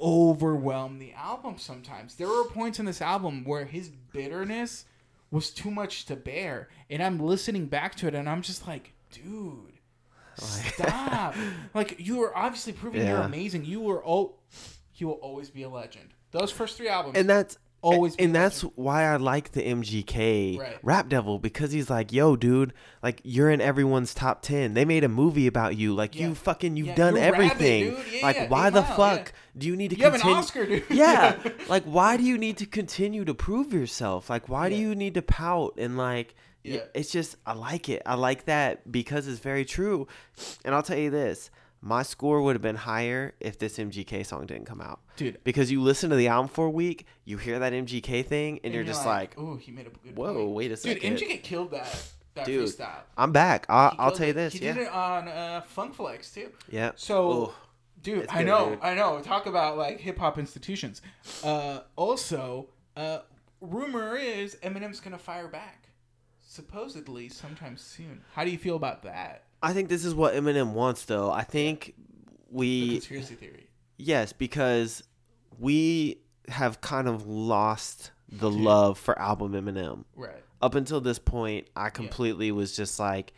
overwhelmed the album sometimes. There were points in this album where his bitterness was too much to bear. And I'm listening back to it and I'm just like, dude, stop. like, you were obviously proving you're Yeah. amazing. You were, oh, he will always be a legend. Those first three albums. and that's Always be and that's why I like the MGK Right. Rap Devil because he's like, yo, dude, like you're in everyone's top ten. They made a movie about you. Like Yeah. you fucking, you've Yeah, done you're rabid, everything. dude. Yeah, like yeah, why eight the mile, fuck yeah. do you need to you have an continue? Oscar, dude. [laughs] yeah, like why do you need to continue to prove yourself? Like why do Yeah. you need to pout and like? y- Yeah. It's just I like it. I like that because it's very true. And I'll tell you this. My score would have been higher if this MGK song didn't come out. Dude. Because you listen to the album for a week, you hear that MGK thing, and, you're, just like, oh, he made a good whoa, point." wait a Dude, second. MGK killed that that Dude, freestyle. I'm back. I, He I'll killed tell you it. this. He yeah. did it on uh, Funk Flex too. Yeah. So, Ooh. dude, It's I good, know, dude. I know. Talk about like hip hop institutions. Uh, also, uh, rumor is Eminem's gonna fire back, supposedly sometime soon. How do you feel about that? I think this is what Eminem wants, though. I think The we conspiracy theory. Yes, because we have kind of lost the love for album Eminem. Right. Up until this point, I completely was just like,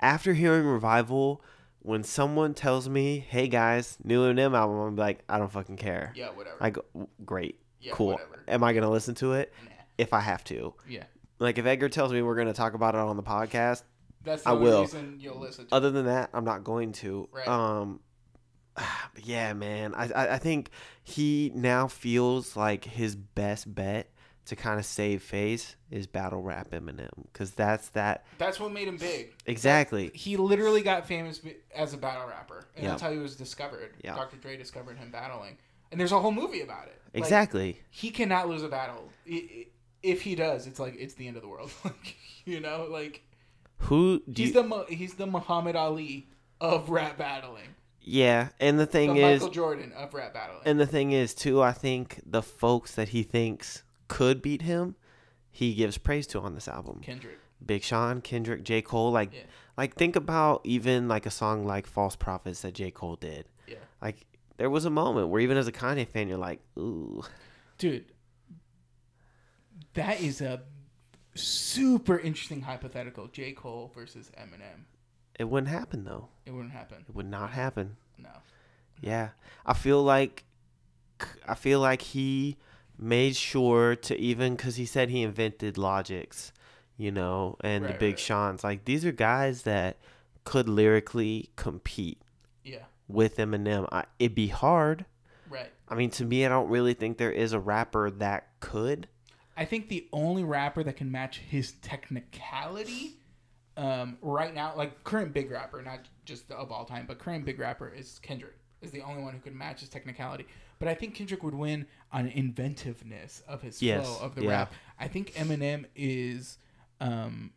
after hearing Revival, when someone tells me, hey guys, new Eminem album, I'm like, I don't fucking care. Yeah. Whatever. I go, great, Yeah, cool. whatever. Am I going to listen to it? Nah. If I have to. Yeah. Like, if Edgar tells me we're going to talk about it on the podcast, That's the I only will. Uh, reason you'll listen. To other than that, I'm not going to. Right. Um, [sighs] but yeah, man. I, I I think he now feels like his best bet to kind of save face is battle rap Eminem because that's that That's what made him big. exactly. He literally got famous be- as a battle rapper, and Yeah. that's how he was discovered. Yeah. Dr. Dre discovered him battling, and there's a whole movie about it. Like, Exactly. he cannot lose a battle. I- I- If he does, it's like it's the end of the world. [laughs] Like you know, like Who do he's you, the Mu- he's the Muhammad Ali of rap battling, yeah, and the the thing is, Michael Jordan of rap battling. and the thing is too. I think the folks that he thinks could beat him, he gives praise to on this album. Kendrick, Big Sean, Kendrick, J. Cole, like Yeah. like think about even like a song like False Prophets that J. Cole did. yeah, Like there was a moment where even as a Kanye fan you're like, ooh. dude, that is a super interesting hypothetical. J Cole versus Eminem. It wouldn't happen though. It wouldn't happen. It would not happen. No. Yeah. I feel like I feel like he made sure to even cuz he said he invented Logics, you know, and the Right, Big right. Sean's. Like these are guys that could lyrically compete Yeah. with with Eminem. I, it'd be hard. Right. I mean, to me, I don't really think there is a rapper that could. I think the only rapper that can match his technicality um, right now, like current big rapper, not just of all time, but current big rapper is Kendrick. Is the only one who could match his technicality. But I think Kendrick would win on inventiveness of his Yes, flow of the yeah. rap. I think Eminem is um,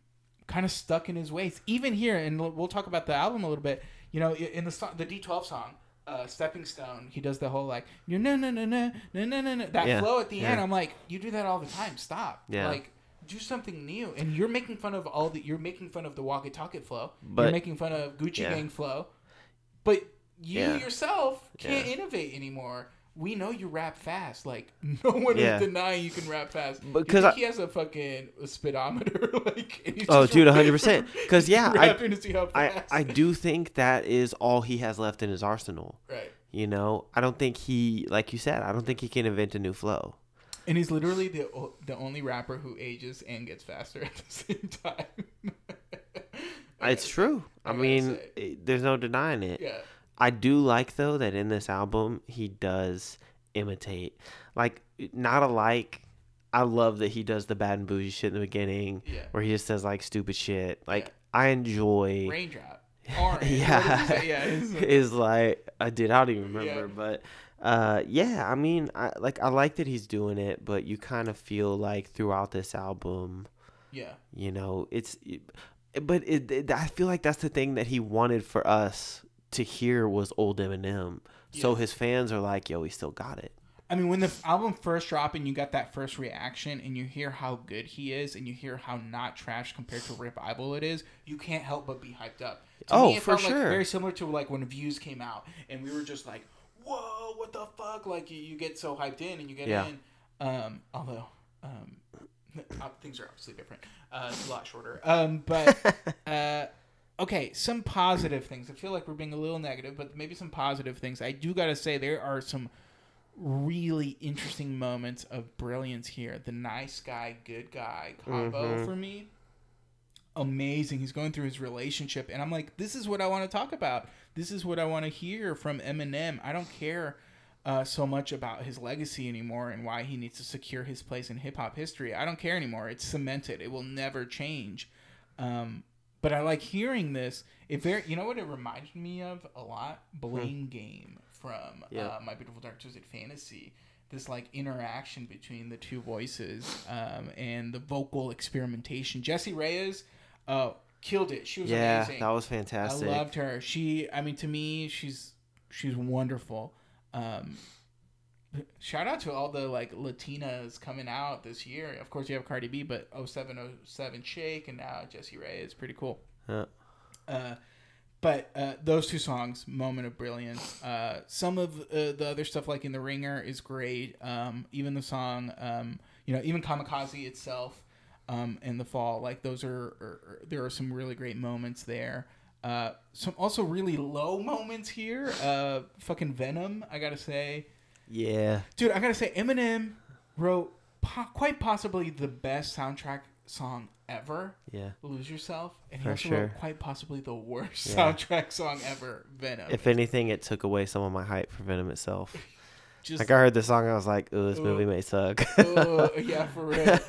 kind of stuck in his ways. Even here, and we'll- we'll talk about the album a little bit. You know, in the song, the D12 song, uh, "Stepping Stone," he does the whole like no no no no no no no no no that Yeah, flow at the end. yeah. I'm like, you do that all the time. Stop. Yeah. Like, do something new. And you're making fun of all the. You're making fun of the Walk It Talk It flow. you're But- making fun of Gucci Yeah. Gang flow. But you Yeah. yourself can't Yeah. innovate anymore. We know you rap fast. Like [laughs] no one Yeah. is denying you can rap fast. Because Because I- he has a fucking speedometer. [laughs] like and he's [laughs] Oh, just dude, rapping- [laughs] 100%. 'Cause, yeah, I- rapping to see how [laughs] I, fast. I do think that is all he has left in his arsenal. right. You know, I don't think he, like you said, I don't think he can invent a new flow. And he's literally the o- the only rapper who ages and gets faster at the same [laughs] time. It's true. I, I gotta mean, say. it, there's no denying it. yeah, I do like though that in this album he does imitate, like not alike. I love that he does the bad and bougie shit in the beginning, Yeah. where he just says like stupid shit. Like Yeah. I enjoy. [laughs] raindrop, orange. yeah, yeah, yeah. [laughs] it's- is like I did. I don't even remember, Yeah. but uh, yeah. I mean, I like I like that he's doing it, but you kind of feel like throughout this album, yeah. you know, it's. But it, it- I feel like that's the thing that he wanted for us to hear was old Eminem. So Yeah. his fans are like, "Yo, he still got it." I mean, when the album first dropped and you got that first reaction and you hear how good he is and you hear how not trash compared to Revival it is, you can't help but be hyped up. To Oh, it for felt like sure. very similar to like when Views came out and we were just like, "Whoa, what the fuck!" Like you, you get so hyped in and you get Yeah. in. Um, although um, [laughs] uh, things are obviously different. Uh, it's a lot shorter. Um, but uh, okay, some positive things. I feel like we're being a little negative, but maybe some positive things. I do gotta say there are some really interesting moments of brilliance here. The nice guy, good guy combo for me. Amazing. He's going through his relationship, and I'm like, this is what I want to talk about. This is what I want to hear from Eminem. I don't care uh, so much about his legacy anymore and why he needs to secure his place in hip hop history. I don't care anymore. It's cemented. It will never change. Um, But I like hearing this. It very, you know what it reminded me of a lot? Blame Game from Hmm. Yeah. uh, My Beautiful Dark Twisted Fantasy. This like interaction between the two voices um, and the vocal experimentation. Jesse Reyes uh, killed it. She was yeah, amazing. that was I fantastic. loved her. She, I mean, to me, she's she's wonderful. Um, shout out to all the like Latinas coming out this year. Of course, you have Cardi B, but 0707 Shake, and now Jessie Ray is pretty cool. Yeah. Uh, but uh, those two songs, "Moment of Brilliance." Uh, some of uh, the other stuff, like in "The Ringer," is great. Um, even the song, um, you know, even "Kamikaze" itself, um, in the fall, like those are, are, are- there are some really great moments there. Uh, some also really low moments here. Uh, fucking Venom, I gotta say, yeah, dude, I gotta say, Eminem wrote po- quite possibly the best soundtrack song ever. yeah. Lose Yourself, and he For also sure. wrote quite possibly the worst Yeah. soundtrack song ever, Venom. If anything, it took away some of my hype for [laughs] Venom itself. Just Like I heard the song, I was like, "Ooh, this Ooh. movie may suck." [laughs] oh, yeah, for [laughs] real.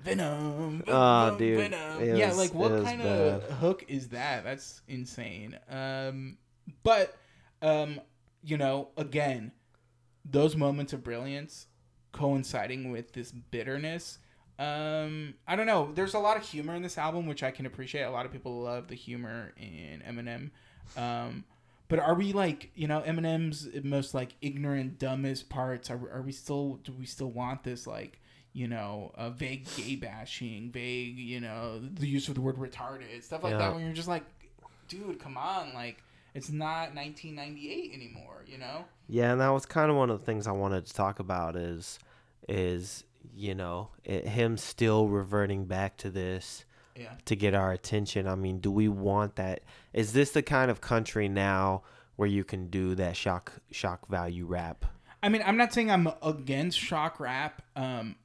Venom. Oh, Venom, dude. Venom. It yeah, was- like it what was kind of hook is that? That's insane. Um, but um, you know, again, those moments of brilliance coinciding with this bitterness. Um, I don't know. There's a lot of humor in this album, which I can appreciate. A lot of people love the humor in Eminem. Um, but are we like you know Eminem's most like ignorant, dumbest parts? Are are we still? Do we still want this like you know uh, vague gay bashing, vague you know the use of the word retarded stuff like Yeah. that? When you're just like, dude, come on, like it's not 1998 anymore, you know? Yeah, and that was kind of one of the things I wanted to talk about is is you know it, him still reverting back to this Yeah. to get our attention. I mean, do we want that? Is this the kind of country now where you can do that shock shock value rap? I mean, I'm not saying I'm against shock rap. Um,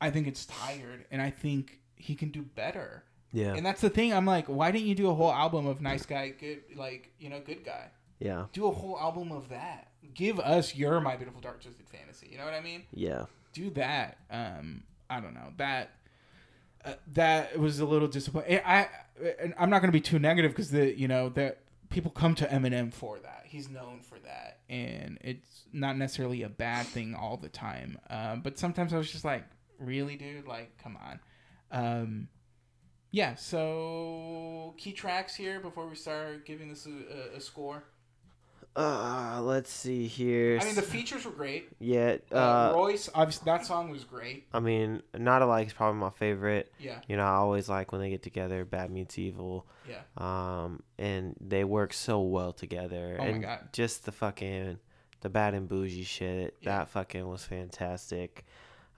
I think it's tired, and I think he can do better. Yeah, And that's the thing. I'm like, why didn't you do a whole album of nice guy, good, like you know, good guy? yeah, Do a whole album of that. Give us your My Beautiful Dark Twisted Fantasy. You know what I mean? yeah. do that. Um, I don't know that. Uh, that was a little disappointing. I, and I'm not going to be too negative because the you know that people come to Eminem for that. He's known for that, and it's not necessarily a bad thing all the time. Um, but sometimes I was just like, really, dude, like, come on. Um, yeah. So key tracks here before we start giving this a, a, a score. Uh, let's see here. I mean, the features were great. yeah, Uh, uh, Royce, obviously, that song was great. I mean, not alike is probably my favorite. Yeah, You know, I always like when they get together. Bad meets evil. yeah. um and they work so well together Oh my and God. just the fucking the bad and bougie shit Yeah. that fucking was fantastic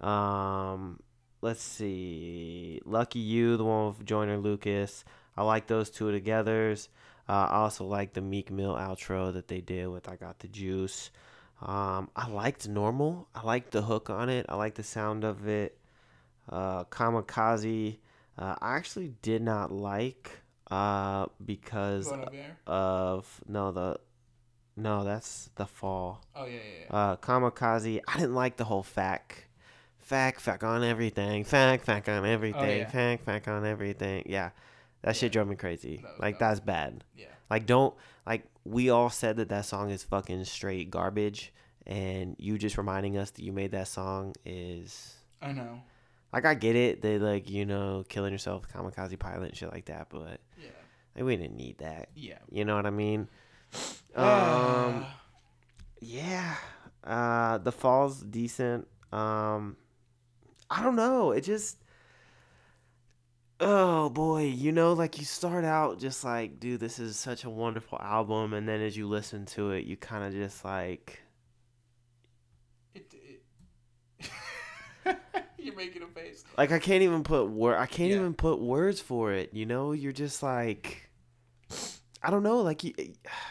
um let's see lucky you the one with joyner lucas i like those two togethers uh, i also like the meek mill outro that they did with i got the juice um i liked normal i liked the hook on it i liked the sound of it uh, Kamikaze, uh, I actually did not like uh, because Going over there. of no the no that's the fall. Oh yeah, yeah, yeah. Uh, Kamikaze, I didn't like the whole fact, fact, fact on everything, fact, fact on everything, Oh, yeah. fact, fact on everything. Yeah, that shit drove me crazy. That was like dumb. that's bad. Yeah. Like don't like we all said that that song is fucking straight garbage, and you just reminding us that you made that song is I know. like I get it, they like you know killing yourself, kamikaze pilot, and shit like that. But Yeah. like, we didn't need that. Yeah. You know what [sighs] I mean? Um, Ah, yeah. Uh, the fall's decent. Um, I don't know. It just, oh boy, you know, like you start out just like, dude, this is such a wonderful album, and then as you listen to it, you kind of just like, it, it- [laughs] You're making a face. like I can't even put word. I can't Yeah. even put words for it. You know, you're just like, I don't know. Like you,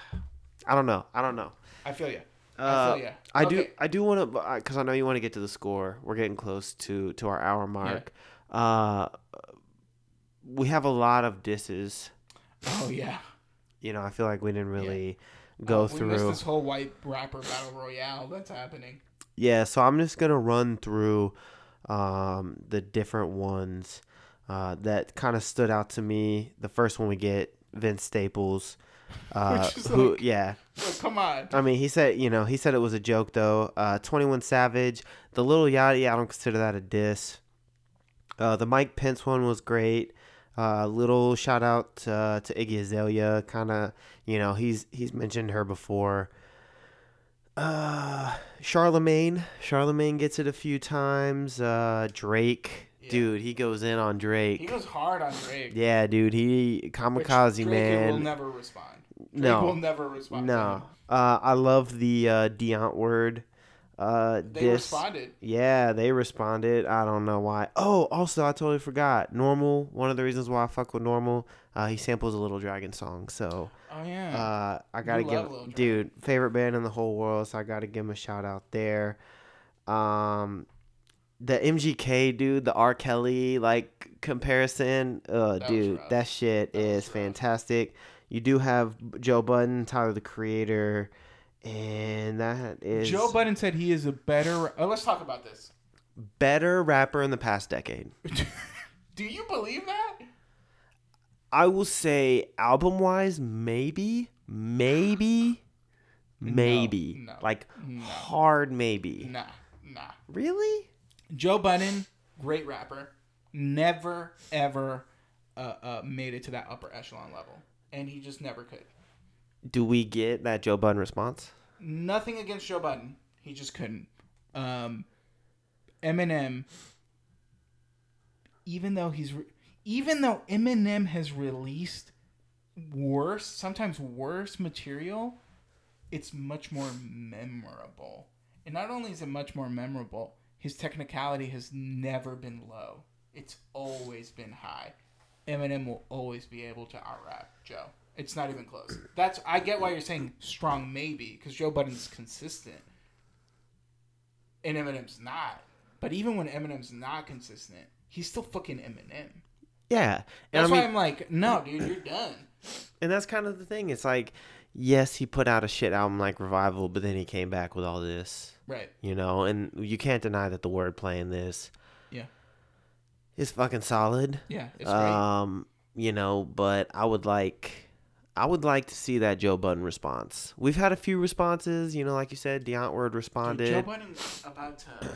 [sighs] I don't know. I don't know. I feel you. I Uh, feel you. I do. I do want to because I know you want to get to the score. We're getting close to to our hour mark. Uh, we have a lot of disses. Oh yeah. You know, I feel like we didn't really Uh, go We missed through. this whole white rapper battle royale that's happening. Yeah, so I'm just gonna run through um, the different ones. uh, that kind of stood out to me. The first one we get Vince Staples, uh, [laughs] Which is who like- yeah, Oh, come on. I mean he said you know he said it was a joke though. Uh, Twenty One Savage, the little Yachty, I don't consider that a diss. Uh, the Mike Pence one was great. Uh, little shout out uh, to Iggy Azalea, kind of you know he's he's mentioned her before. Uh, Charlemagne, Charlemagne gets it a few times. Uh, Drake, Yeah. dude, he goes in on Drake. He goes hard on Drake. Yeah, dude, he which kamikaze Drake man. will never respond. Drake will no, never respond. to no. him. Uh, I love the uh, Deont word. Uh, They diss. responded. Yeah, they responded. I don't know why. Oh, also, I totally forgot. Normal. One of the reasons why I fuck with Normal, uh, he samples a Little Dragon song. So Oh yeah. uh, I gotta love give Lil Jon. dude favorite band in the whole world, so I gotta give him a shout out there. Um, the MGK dude, the R Kelly like comparison, uh, That was dude, rough. that shit That was is rough. fantastic. You do have Joe Budden, Tyler the Creator, and that is Joe Budden said he is a better. Oh, let's talk about this. better rapper in the past decade. Do you believe that? I will say album wise, maybe, maybe, maybe, no, like no. hard maybe. Nah, nah. Really? Joe Budden, great rapper, never ever uh, uh, made it to that upper echelon level, and he just never could. Do we get that Joe Budden response? Nothing against Joe Budden, he just couldn't. Um, Eminem, even though he's re- even though Eminem has released worse, sometimes worse material, it's much more memorable. And not only is it much more memorable, his technicality has never been low. It's always been high. Eminem will always be able to out rap Joe. It's not even close. That's I get why you're saying strong maybe because Joe Budden's consistent, and Eminem's not. But even when Eminem's not consistent, he's still fucking Eminem. Yeah. And That's I why mean, I'm like, no, dude, you're done. and that's kind of the thing. It's like, yes, he put out a shit album like Revival, but then he came back with all this, Right. you know, and you can't deny that the wordplay in this Yeah. is fucking solid. Yeah. It's great. Um, you know, but I would like I would like to see that Joe Budden response. We've had a few responses, you know, like you said, Deont Word Dude, Joe responded. Biden's about to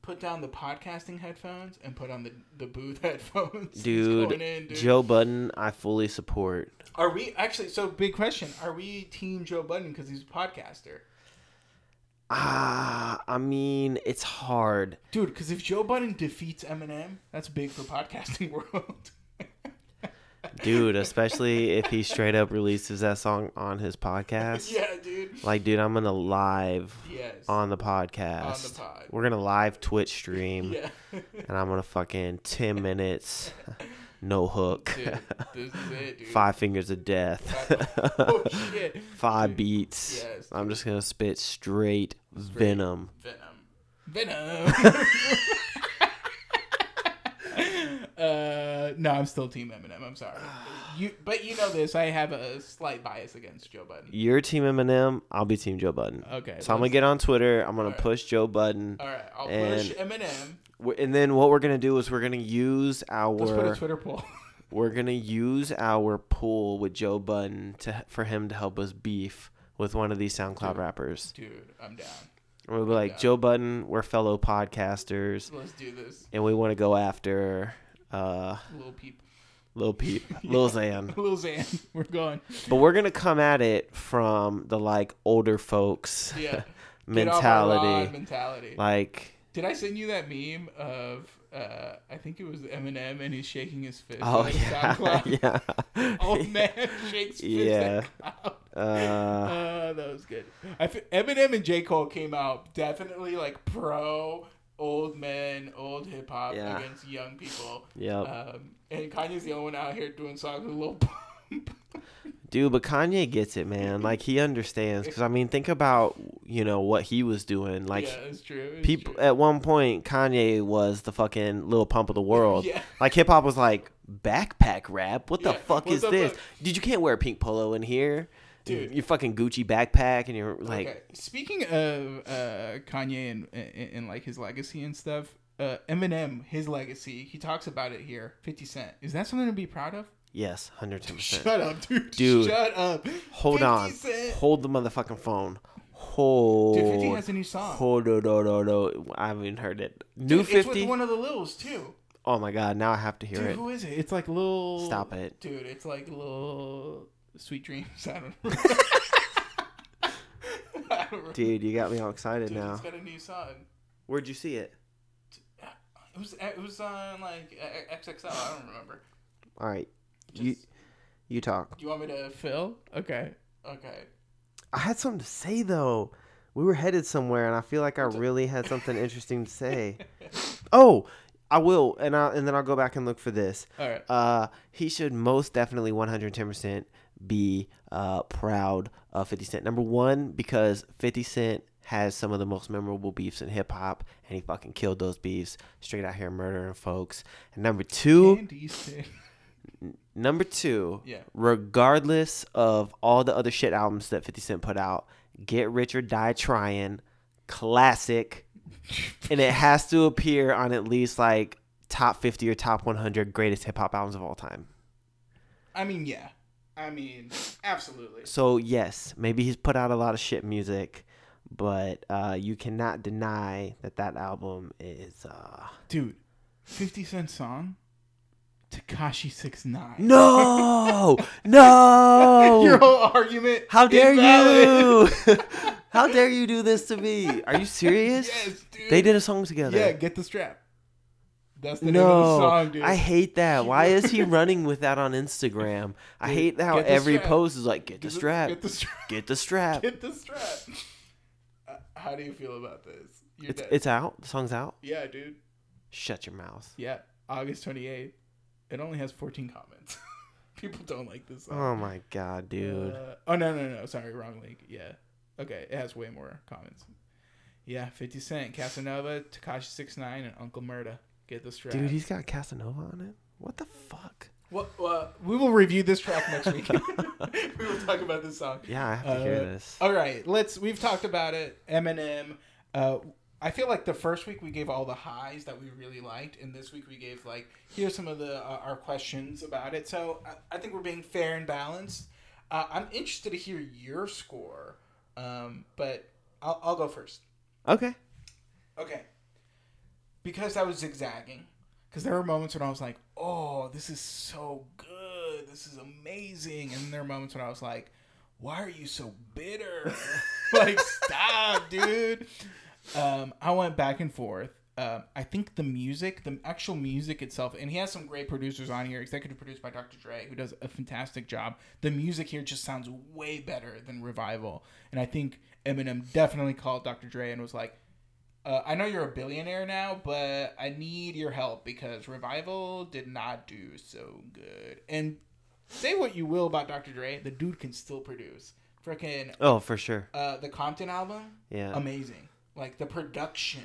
put down the podcasting headphones and put on the, the booth [laughs] headphones. He's Dude, going in, dude. Joe Budden, I fully support. Are we actually? So big question: Are we team Joe Budden because he's a podcaster, Ah, I mean, it's hard. dude? Because if Joe Budden defeats Eminem, that's big for podcasting [laughs] world. Dude, especially if he straight up releases that song on his podcast. yeah, dude. Like, dude, I'm going to live Yes. on the podcast. On the pod. We're going to live Twitch stream yeah, [laughs] and I'm going to fucking 10 minutes no hook. dude. This is it, dude. Five fingers of [laughs] death. Oh shit. Five beats. Yes, I'm just going to spit straight, venom. Venom. Venom. uh, no, I'm still Team Eminem. I'm sorry. You, but you know this. I have a slight bias against Joe Budden. You're team Eminem, I'll be team Joe Budden. Okay. So I'm going let's- to get on Twitter. I'm going Alright. to push Joe Budden. All right, I'll and- push Eminem. We're- And then what we're going to do is we're going to use Let's put a our Twitter poll. [laughs] we're going to use our pool with Joe Budden to for him to help us beef with one of these SoundCloud Dude. rappers. Dude, I'm down. We'll be like, Yeah. Joe Budden, we're fellow podcasters So let's do this. and we want to go after uh Little peep. Lil [laughs] Peep, Lil Xan. Lil Xan. [laughs] We're going. But we're gonna come at it from the like older folks [laughs] Yeah. Get off our lawn mentality. mentality. Like, Did I send you that meme of, uh, I think it was Eminem and he's shaking his fist oh at [laughs] yeah, SoundCloud? yeah, [laughs] Old man shakes fist Yeah. at cloud. [laughs] Uh, Uh, that was good. I f- Eminem and J. Cole came out definitely like pro old men, old hip hop Yeah. against young people. yep. Um, and Kanye's the only one out here doing songs with Lil [laughs] Pump. Dude, but Kanye gets it, Mm-hmm. man. Like he understands. Cause I mean, think about you know what he was doing. Like yeah, it's true. It's people eh, true. at one point, Kanye was the fucking little pump of the [laughs] world. Yeah. Like hip hop was like backpack rap. What the Yeah, fuck what is the this? fuck? Dude, you can't wear a pink polo in here. Dude. your fucking Gucci backpack, and you're like. okay. Speaking of uh, Kanye and, and and like his legacy and stuff, uh, uh, Eminem, his legacy. He talks about it here. Fifty Cent. Is that something to be proud of? Yes, hundred ten [laughs] percent. Shut up, dude. Dude. Shut up. Hold 50 on. Cent. Hold the motherfucking phone. Hold. Dude, 50 has a new song. Hold. No, no, no, no. I haven't even heard it. New Dude, It's fifty. with one of the Lils too. Oh my god! Now I have to hear Dude, it. who is it? It's like little. Stop it. Dude, it's like little sweet dreams. [laughs] I [laughs] don't know. I don't know. Dude, you got me all excited Dude, now. it's got a new song. Where'd you see it? It was it was on like uh, XXL. I don't remember. All right, Just, you you talk. you want me to fill? Okay. Okay. I had something to say though. We were headed somewhere, and I feel like I really had [laughs] something interesting to say. Oh, I will, and I and then I'll go back and look for this. All right. Uh, he should most definitely 110% be uh, proud of 50 Cent. Number one, because 50 Cent has some of the most memorable beefs in hip hop, and he fucking killed those beefs straight out here murdering folks. And number two, Candy Cent. number two, Yeah. regardless of all the other shit albums that 50 Cent put out, Get Rich or Die Trying, classic, and it has to appear on at least like top 50 or top 100 greatest hip hop albums of all time. I mean, yeah. I mean, absolutely. So yes, maybe he's put out a lot of shit music, but uh, you cannot deny that that album is uh... Dude, 50 Cent song? Takashi 69. no, [laughs] Your [laughs] no. whole argument. How is dare you? valid. [laughs] How dare you do this to me? Are you serious? Yes, dude. They did a song together. Yeah, get the strap. That's the name of the no, song, dude. I hate that. He Why wrote- [laughs] is he running with that on Instagram? I Dude, hate how get the every strap. post is like, get the Get strap, Get the strap. [laughs] get the strap. Get the strap. Uh, How do you feel about this? You're It's dead. it's out. The song's out. yeah, dude. Shut your mouth. Yeah, August 28th. It only has 14 comments. [laughs] People don't like this song. Oh my god, dude. Uh, oh no no no! Sorry, wrong link. Yeah. Okay, it has way more comments. Yeah, Fifty Cent, Casanova, Takashi Six Nine, and Uncle Murda. Get this track. Dude, he's got Casanova on it. What the fuck? Well, uh, we will review this track next week. we will talk about this song. Yeah, I have to hear Uh, this. All right, let's. We've talked about it. Eminem. Uh, I feel like the first week we gave all the highs that we really liked, and this week we gave like here's some of the uh, our questions about it. So I, I think we're being fair and balanced. Uh, I'm interested to hear your score, um, but I'll, I'll go first. Okay. Okay. Because I was zigzagging. Because there were moments when I was like, oh, this is so good. This is amazing. And there were moments when I was like, why are you so bitter? like, stop, dude. Um, I went back and forth. Um, I think the music, the actual music itself, and he has some great producers on here, executive produced by Dr. Dre, who does a fantastic job. The music here just sounds way better than Revival. And I think Eminem definitely called Dr. Dre and was like, uh, I know you're a billionaire now, but I need your help because Revival did not do so good. And say what you will about Dr. Dre, the dude can still produce. Freaking Oh, for sure. uh, the Compton album, Yeah. amazing. Like the production,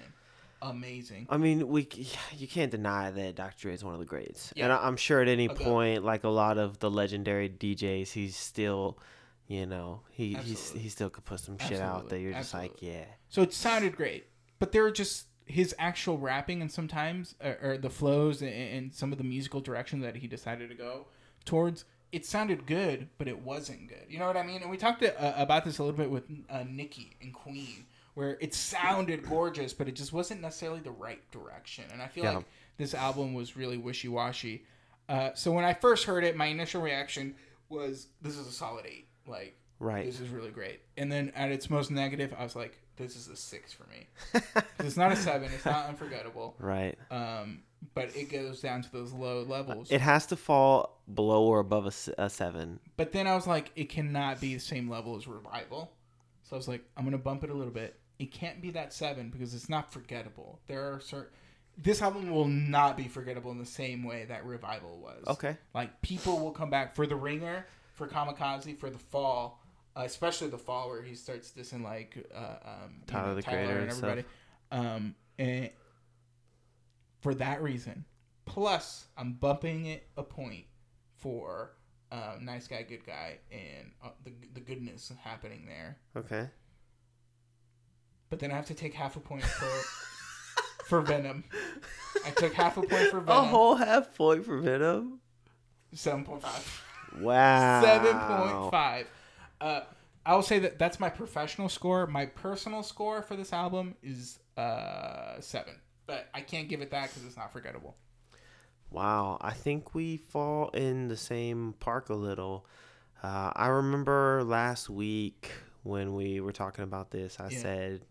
amazing. I mean, we c- [sighs] you can't deny that Dr. Dre is one of the greats. And Yeah. I- I'm sure at any Okay. point, like a lot of the legendary DJs, he's still, you know, he he's, Absolutely. he still could put some shit out Absolutely. that you're just like, yeah. So it sounded great, but there were just his actual rapping and sometimes or, or the flows and, and some of the musical direction that he decided to go towards. It sounded good, but it wasn't good. You know what I mean? And we talked uh, about this a little bit with uh, Nicki and Queen, where it sounded gorgeous, but it just wasn't necessarily the right direction. And I feel Yeah. like this album was really wishy washy. Uh, so when I first heard it, my initial reaction was, "This is a solid eight. Like Right. this is really great. And then at its most negative, I was like, this is a six for me. 'Cause it's not a seven. It's not unforgettable. Right. Um, but it goes down to those low levels. It has to fall below or above a, s- a seven. but then I was like, it cannot be the same level as revival. So I was like, I'm gonna bump it a little bit. It can't be that seven because it's not forgettable. There are certain. This album will not be forgettable in the same way that revival was. Okay. Like people will come back for the ringer, for kamikaze, for the fall, uh, especially the fall where he starts dissing like uh, um, you Tyler, the Creator and stuff. Um, and for that reason, plus I'm bumping it a point for um, nice guy, good guy, and uh, the the goodness happening there. Okay. [laughs] But then I have to take half a point for for Venom. I took half a point for A Venom. whole half point for Venom. Seven point five. Wow. Seven point five. Uh, I will say that that's my professional score. My personal score for this album is uh seven, but I can't give it that because it's not forgettable. Wow, I think we fall in the same park a little. Uh, I remember last week when we were talking about this, I Yeah. said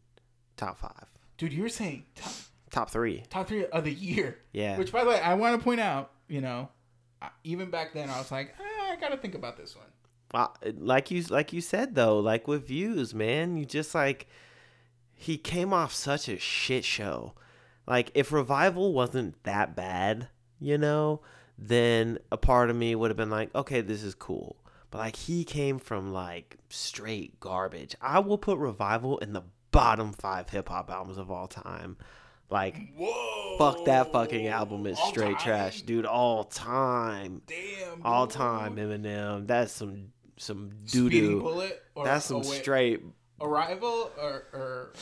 top five, Dude, you were saying top, top three. top three of the year. Yeah. Which, by the way, I want to point out. You know, I- even back then, I was like, ah, I gotta think about this one. Wow, like you like you said though, like with views, man, you just like he came off such a shit show. Like if revival wasn't that bad, you know, then a part of me would have been like, okay, this is cool. But like he came from like straight garbage. I will put revival in the bottom 5 hip hop albums of all time. Like Whoa! fuck that fucking album is All straight time? trash, dude, all time Damn. all dude. time Eminem. That's some some doo Speeding doo. bullet. Or, That's oh, some wait, straight arrival or or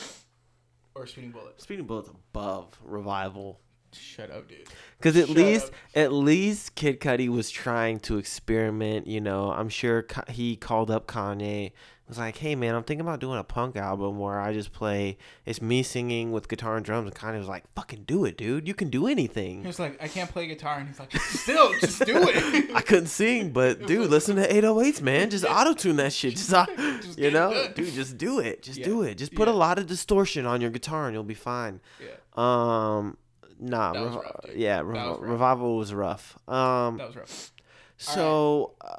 or speeding bullet. speeding bullets above revival. Shut up, dude. Because at Shut least up. at least Kid Cudi was trying to experiment. You know, I'm sure Ka- he called up Kanye. Was like, hey man, I'm thinking about doing a punk album where I just play it's me singing with guitar and drums. And Kanye was like, fucking do it, dude. You can do He anything. was like, I can't play guitar, and he's like, still, just do it. [laughs] [laughs] I couldn't sing, but dude, listen to 808s, man. Just auto tune that shit. Just, au- [laughs] Just you get it know, done. dude, just do it. Just Yeah. do it. Just put a Yeah. lot of distortion on your guitar and you'll be fine. yeah, Um, nah, That was Revi- rough, dude. yeah, That Revi- was rough. revival was rough. Um, that was rough. so uh,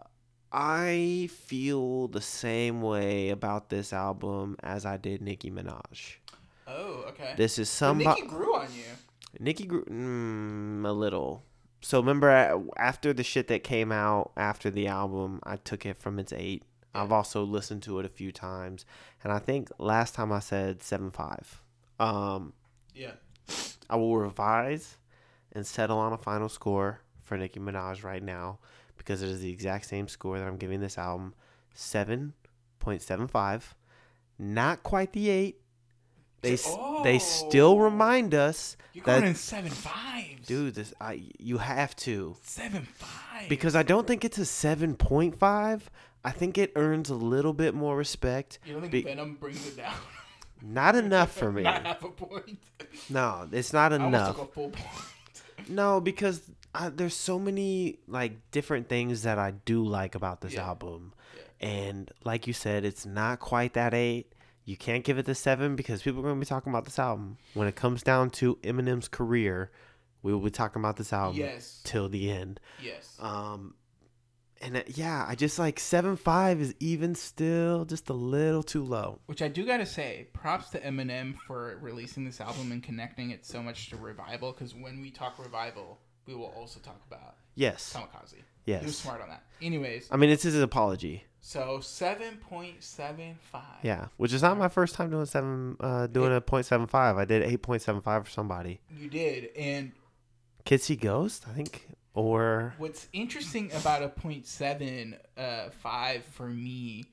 I feel the same way about this album as I did Nicki Minaj. Oh, okay. This is But somebody. Nicki grew on you. Nikki grew mm, a little. So remember uh, after the shit that came out after the album, I took it from its eight. I've also listened to it a few times, and I think last time I said seven five. Um, Yeah. I will revise and settle on a final score for Nicki Minaj right now because it is the exact same score that I'm giving this album 7.75. Not quite the 8. They s they still Oh. remind us You're that going in seven fives, dude this I you have to Seven fives. because I don't think it's a 7.5. I think it earns a little bit more respect. you don't think be- Venom brings it down? Not enough [laughs] for [laughs] me. Not half a point. No, it's not I almost enough. took a full point. [laughs] No, because I, there's so many like different things that I do like about this Yeah. album, and like you said, it's not quite that eight. You can't give it the seven because people are going to be talking about this album. When it comes down to Eminem's career, we will be talking about this album Yes. till the end. Yes. Um, and uh, yeah, I just like seven five is even still just a little too low. Which I do gotta say, props to Eminem for releasing this album and connecting it so much to revival. Because when we talk revival, we will also talk about Yes, Kamikaze. He was yes. smart on that. Anyways, I mean, it's his apology. so seven point seven five. Yeah, which is not my first time doing seven, uh, doing a point seven five. I did eight point seven five for somebody. you did. And Kids see ghost, I think, or what's interesting about a point seven uh, five for me,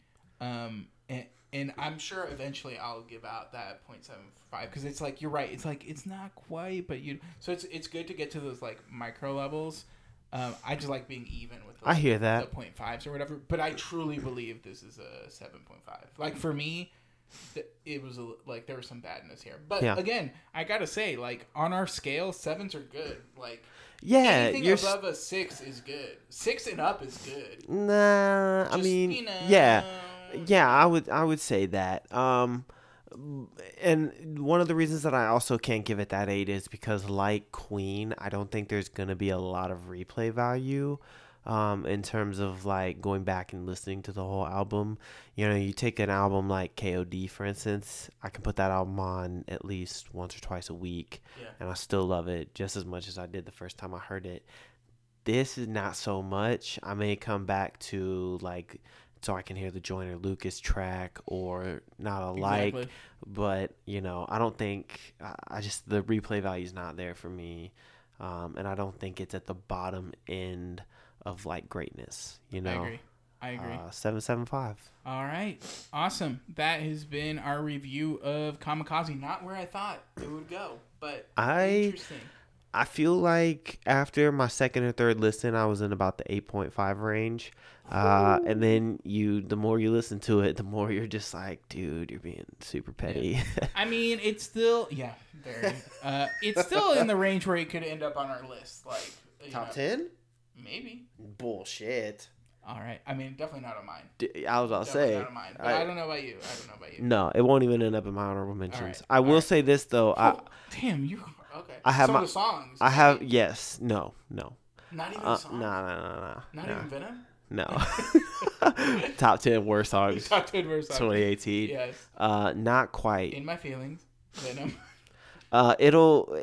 um, and, and I'm sure eventually I'll give out that point seven five because it's like you're right. It's like it's not quite, but you. So it's it's good to get to those like micro levels. Um, I just like being even with. The, I hear that. the point fives or whatever. But I truly believe this is a seven point five. Like for me, th- it was a, like there was some badness here. But Yeah. again, I gotta say, like on our scale, sevens are good. Like Yeah, anything you're. s- above a six is good. Six and up is good. Nah, I Just, mean, you know. yeah, yeah, I would, I would say that. Um, and one of the reasons that I also can't give it that eight is because, like Queen, I don't think there's gonna be a lot of replay value. Um, in terms of like going back and listening to the whole album, you know, you take an album like KOD, for instance, I can put that album on at least once or twice a week Yeah. and I still love it just as much as I did the first time I heard it. This is not so much. I may come back to like so I can hear the Joyner Lucas track or not alike, Exactly. but you know I don't think I- I just the replay value is not there for me, um, and I don't think it's at the bottom end of like greatness. You know, I agree. I agree. Uh, seven seven five. All right. Awesome. That has been our review of Kamikaze. Not where I thought it would go, But I- interesting. I feel like after my second or third listen, I was in about the eight point five range, uh, and then you, the more you listen to it, the more you're just like, dude, you're being super petty. [laughs] I mean, it's still yeah, very. Uh, it's still in the range where it could end up on our list, like you know, ten? maybe. Bullshit. All right, I mean, definitely not on mine. D- I was about to Definitely say. not on mine. But I- I don't know about you. I don't know about you. no, it won't even end up in my honorable mentions. right, I all will right. say this though. I, Oh, damn, you okay? I have so my- the songs. I have yes, no, no, not even uh, songs. no, no, no, no, Not even Venom. [laughs] no, [laughs] no. Top ten worst songs, Top ten verse songs. 2018. Yes, Uh, not quite. in my feelings, Venom. Uh, it'll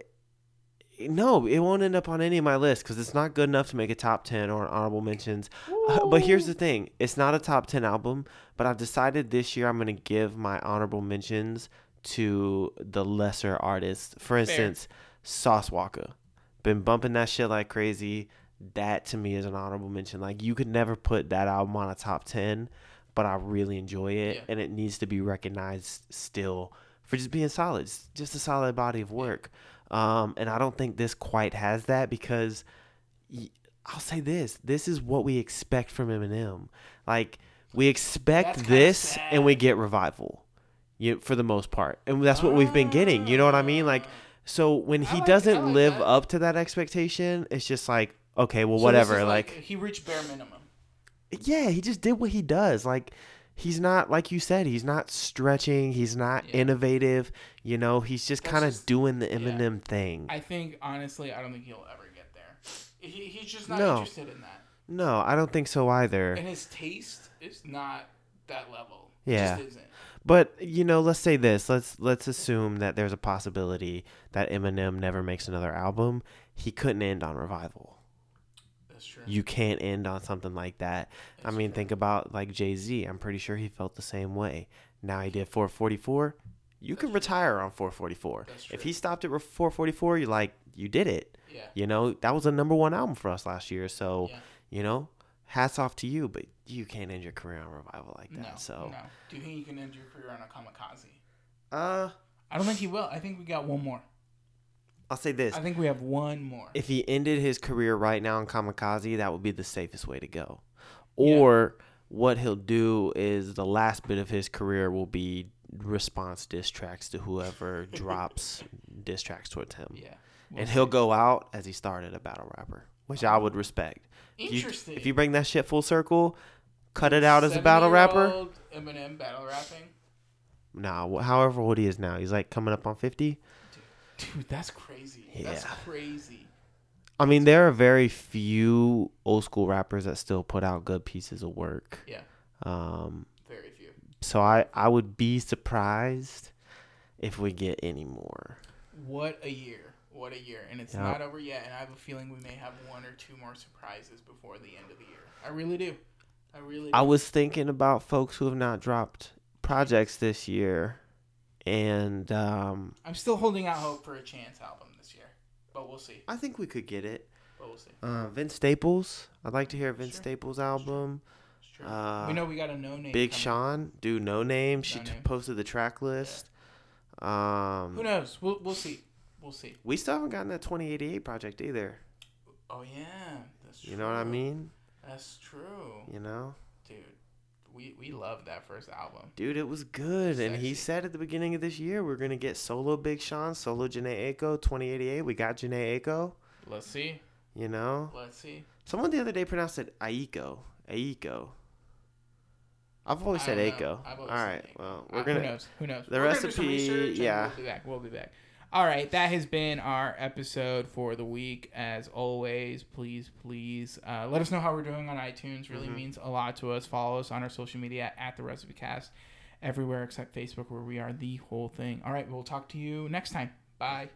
no, it won't end up on any of my list because it's not good enough to make a top ten or an honorable mentions. Uh, but here's the thing: it's not a top ten album. But I've decided this year I'm gonna give my honorable mentions to the lesser artists. For instance, Sauce Walker. Been bumping that shit like crazy. That to me is an honorable mention. Like you could never put that album on a top ten, but I really enjoy it, Yeah. and it needs to be recognized still for just being solid. It's just a solid body of work. Um, and I don't think this quite has that because y- I'll say this: this is what we expect from Eminem. Like we That's expect kinda this, and we sad. get revival, you for the most part, and that's what we've been getting. You know what I mean? Like Ah. so when I he like- I doesn't like live that. up to that expectation, it's just like okay, well, So this whatever. is like, he reached bare minimum. yeah, he just did what he does. Like he's not like you said, he's not stretching, he's not Yeah. innovative, you know, he's just That's kind of just- doing the yeah. Eminem thing. I think honestly, I don't think he'll ever get there. He, he's just not No. interested in that, no, I don't think so either. and his taste is not that level. Yeah. it just isn't. But you know, let's say this. Let's let's assume that there's a possibility that Eminem never makes another album. He couldn't end on Revival. That's true. You can't end on something like that. I That's mean, think about like Jay Z. I'm pretty sure he felt the same way. Now he did 444. You can retire on 444. That's true. If he stopped at 444, you're like, you did it. yeah, You know, that was a number one album for us last year. So, Yeah. you know, hats off to you, but you can't end your career on revival like that. no, so, no. Do you think you can end your career on a kamikaze? uh, I don't think he will. I think we got one more. I'll say this. I think we have one more. if he ended his career right now in kamikaze that would be the safest way to go Yeah. or what he'll do is the last bit of his career will be response diss tracks to [laughs] whoever drops diss tracks towards him yeah, and he'll go out as he started a battle rapper which i would respect If you- interesting. if you bring that shit full circle cut it out as a battle rapper 70-year-old Eminem battle rapping, nah wh- however old he is now he's like coming up on 50 dude, that's crazy. That's Yeah. crazy. i mean there are very few old school rappers that still put out good pieces of work Yeah, um very few. So I, I would be surprised if we get any more. What a year. What a year. And it's Yeah. not over yet. And I have a feeling we may have one or two more surprises before the end of the year. I really do. I really do. I was thinking about folks who have not dropped projects this year, and um, I'm still holding out hope for a Chance album this year. But we'll see. I think we could get it. But we'll see. Uh, Vince Staples. I'd like to hear a Vince Sure. Staples album. It's true. Uh, we know we got a no name. Big Sean, dude, no name. She No t- Name. posted the track list. Who Um, knows? We'll, we'll see. We'll see. we still haven't gotten that 2088 project either. Oh, yeah. That's true. You know what I mean? That's true. You know. Dude, we, we love that first album. Dude, it was good. And Sexy. he said at the beginning of this year, we're going to get solo Big Sean, solo Janae Aiko, 2088. We got Janae Aiko, Let's see. you know? Let's see. Someone the other day pronounced it Aiko. Aiko. I've always I said don't know. Aiko. I've All always right. said Aiko. Well, Uh, we're Who going to. knows? Who knows? the We're gonna do some recipe, research and yeah. We'll be back. We'll be back. All right, that has been our episode for the week. As always, please, please uh, let us know how we're doing on iTunes. Mm-hmm. Really means a lot to us. Follow us on our social media at the Recipe Cast, everywhere except Facebook, where we are the whole thing. All right, we'll talk to you next time. Bye.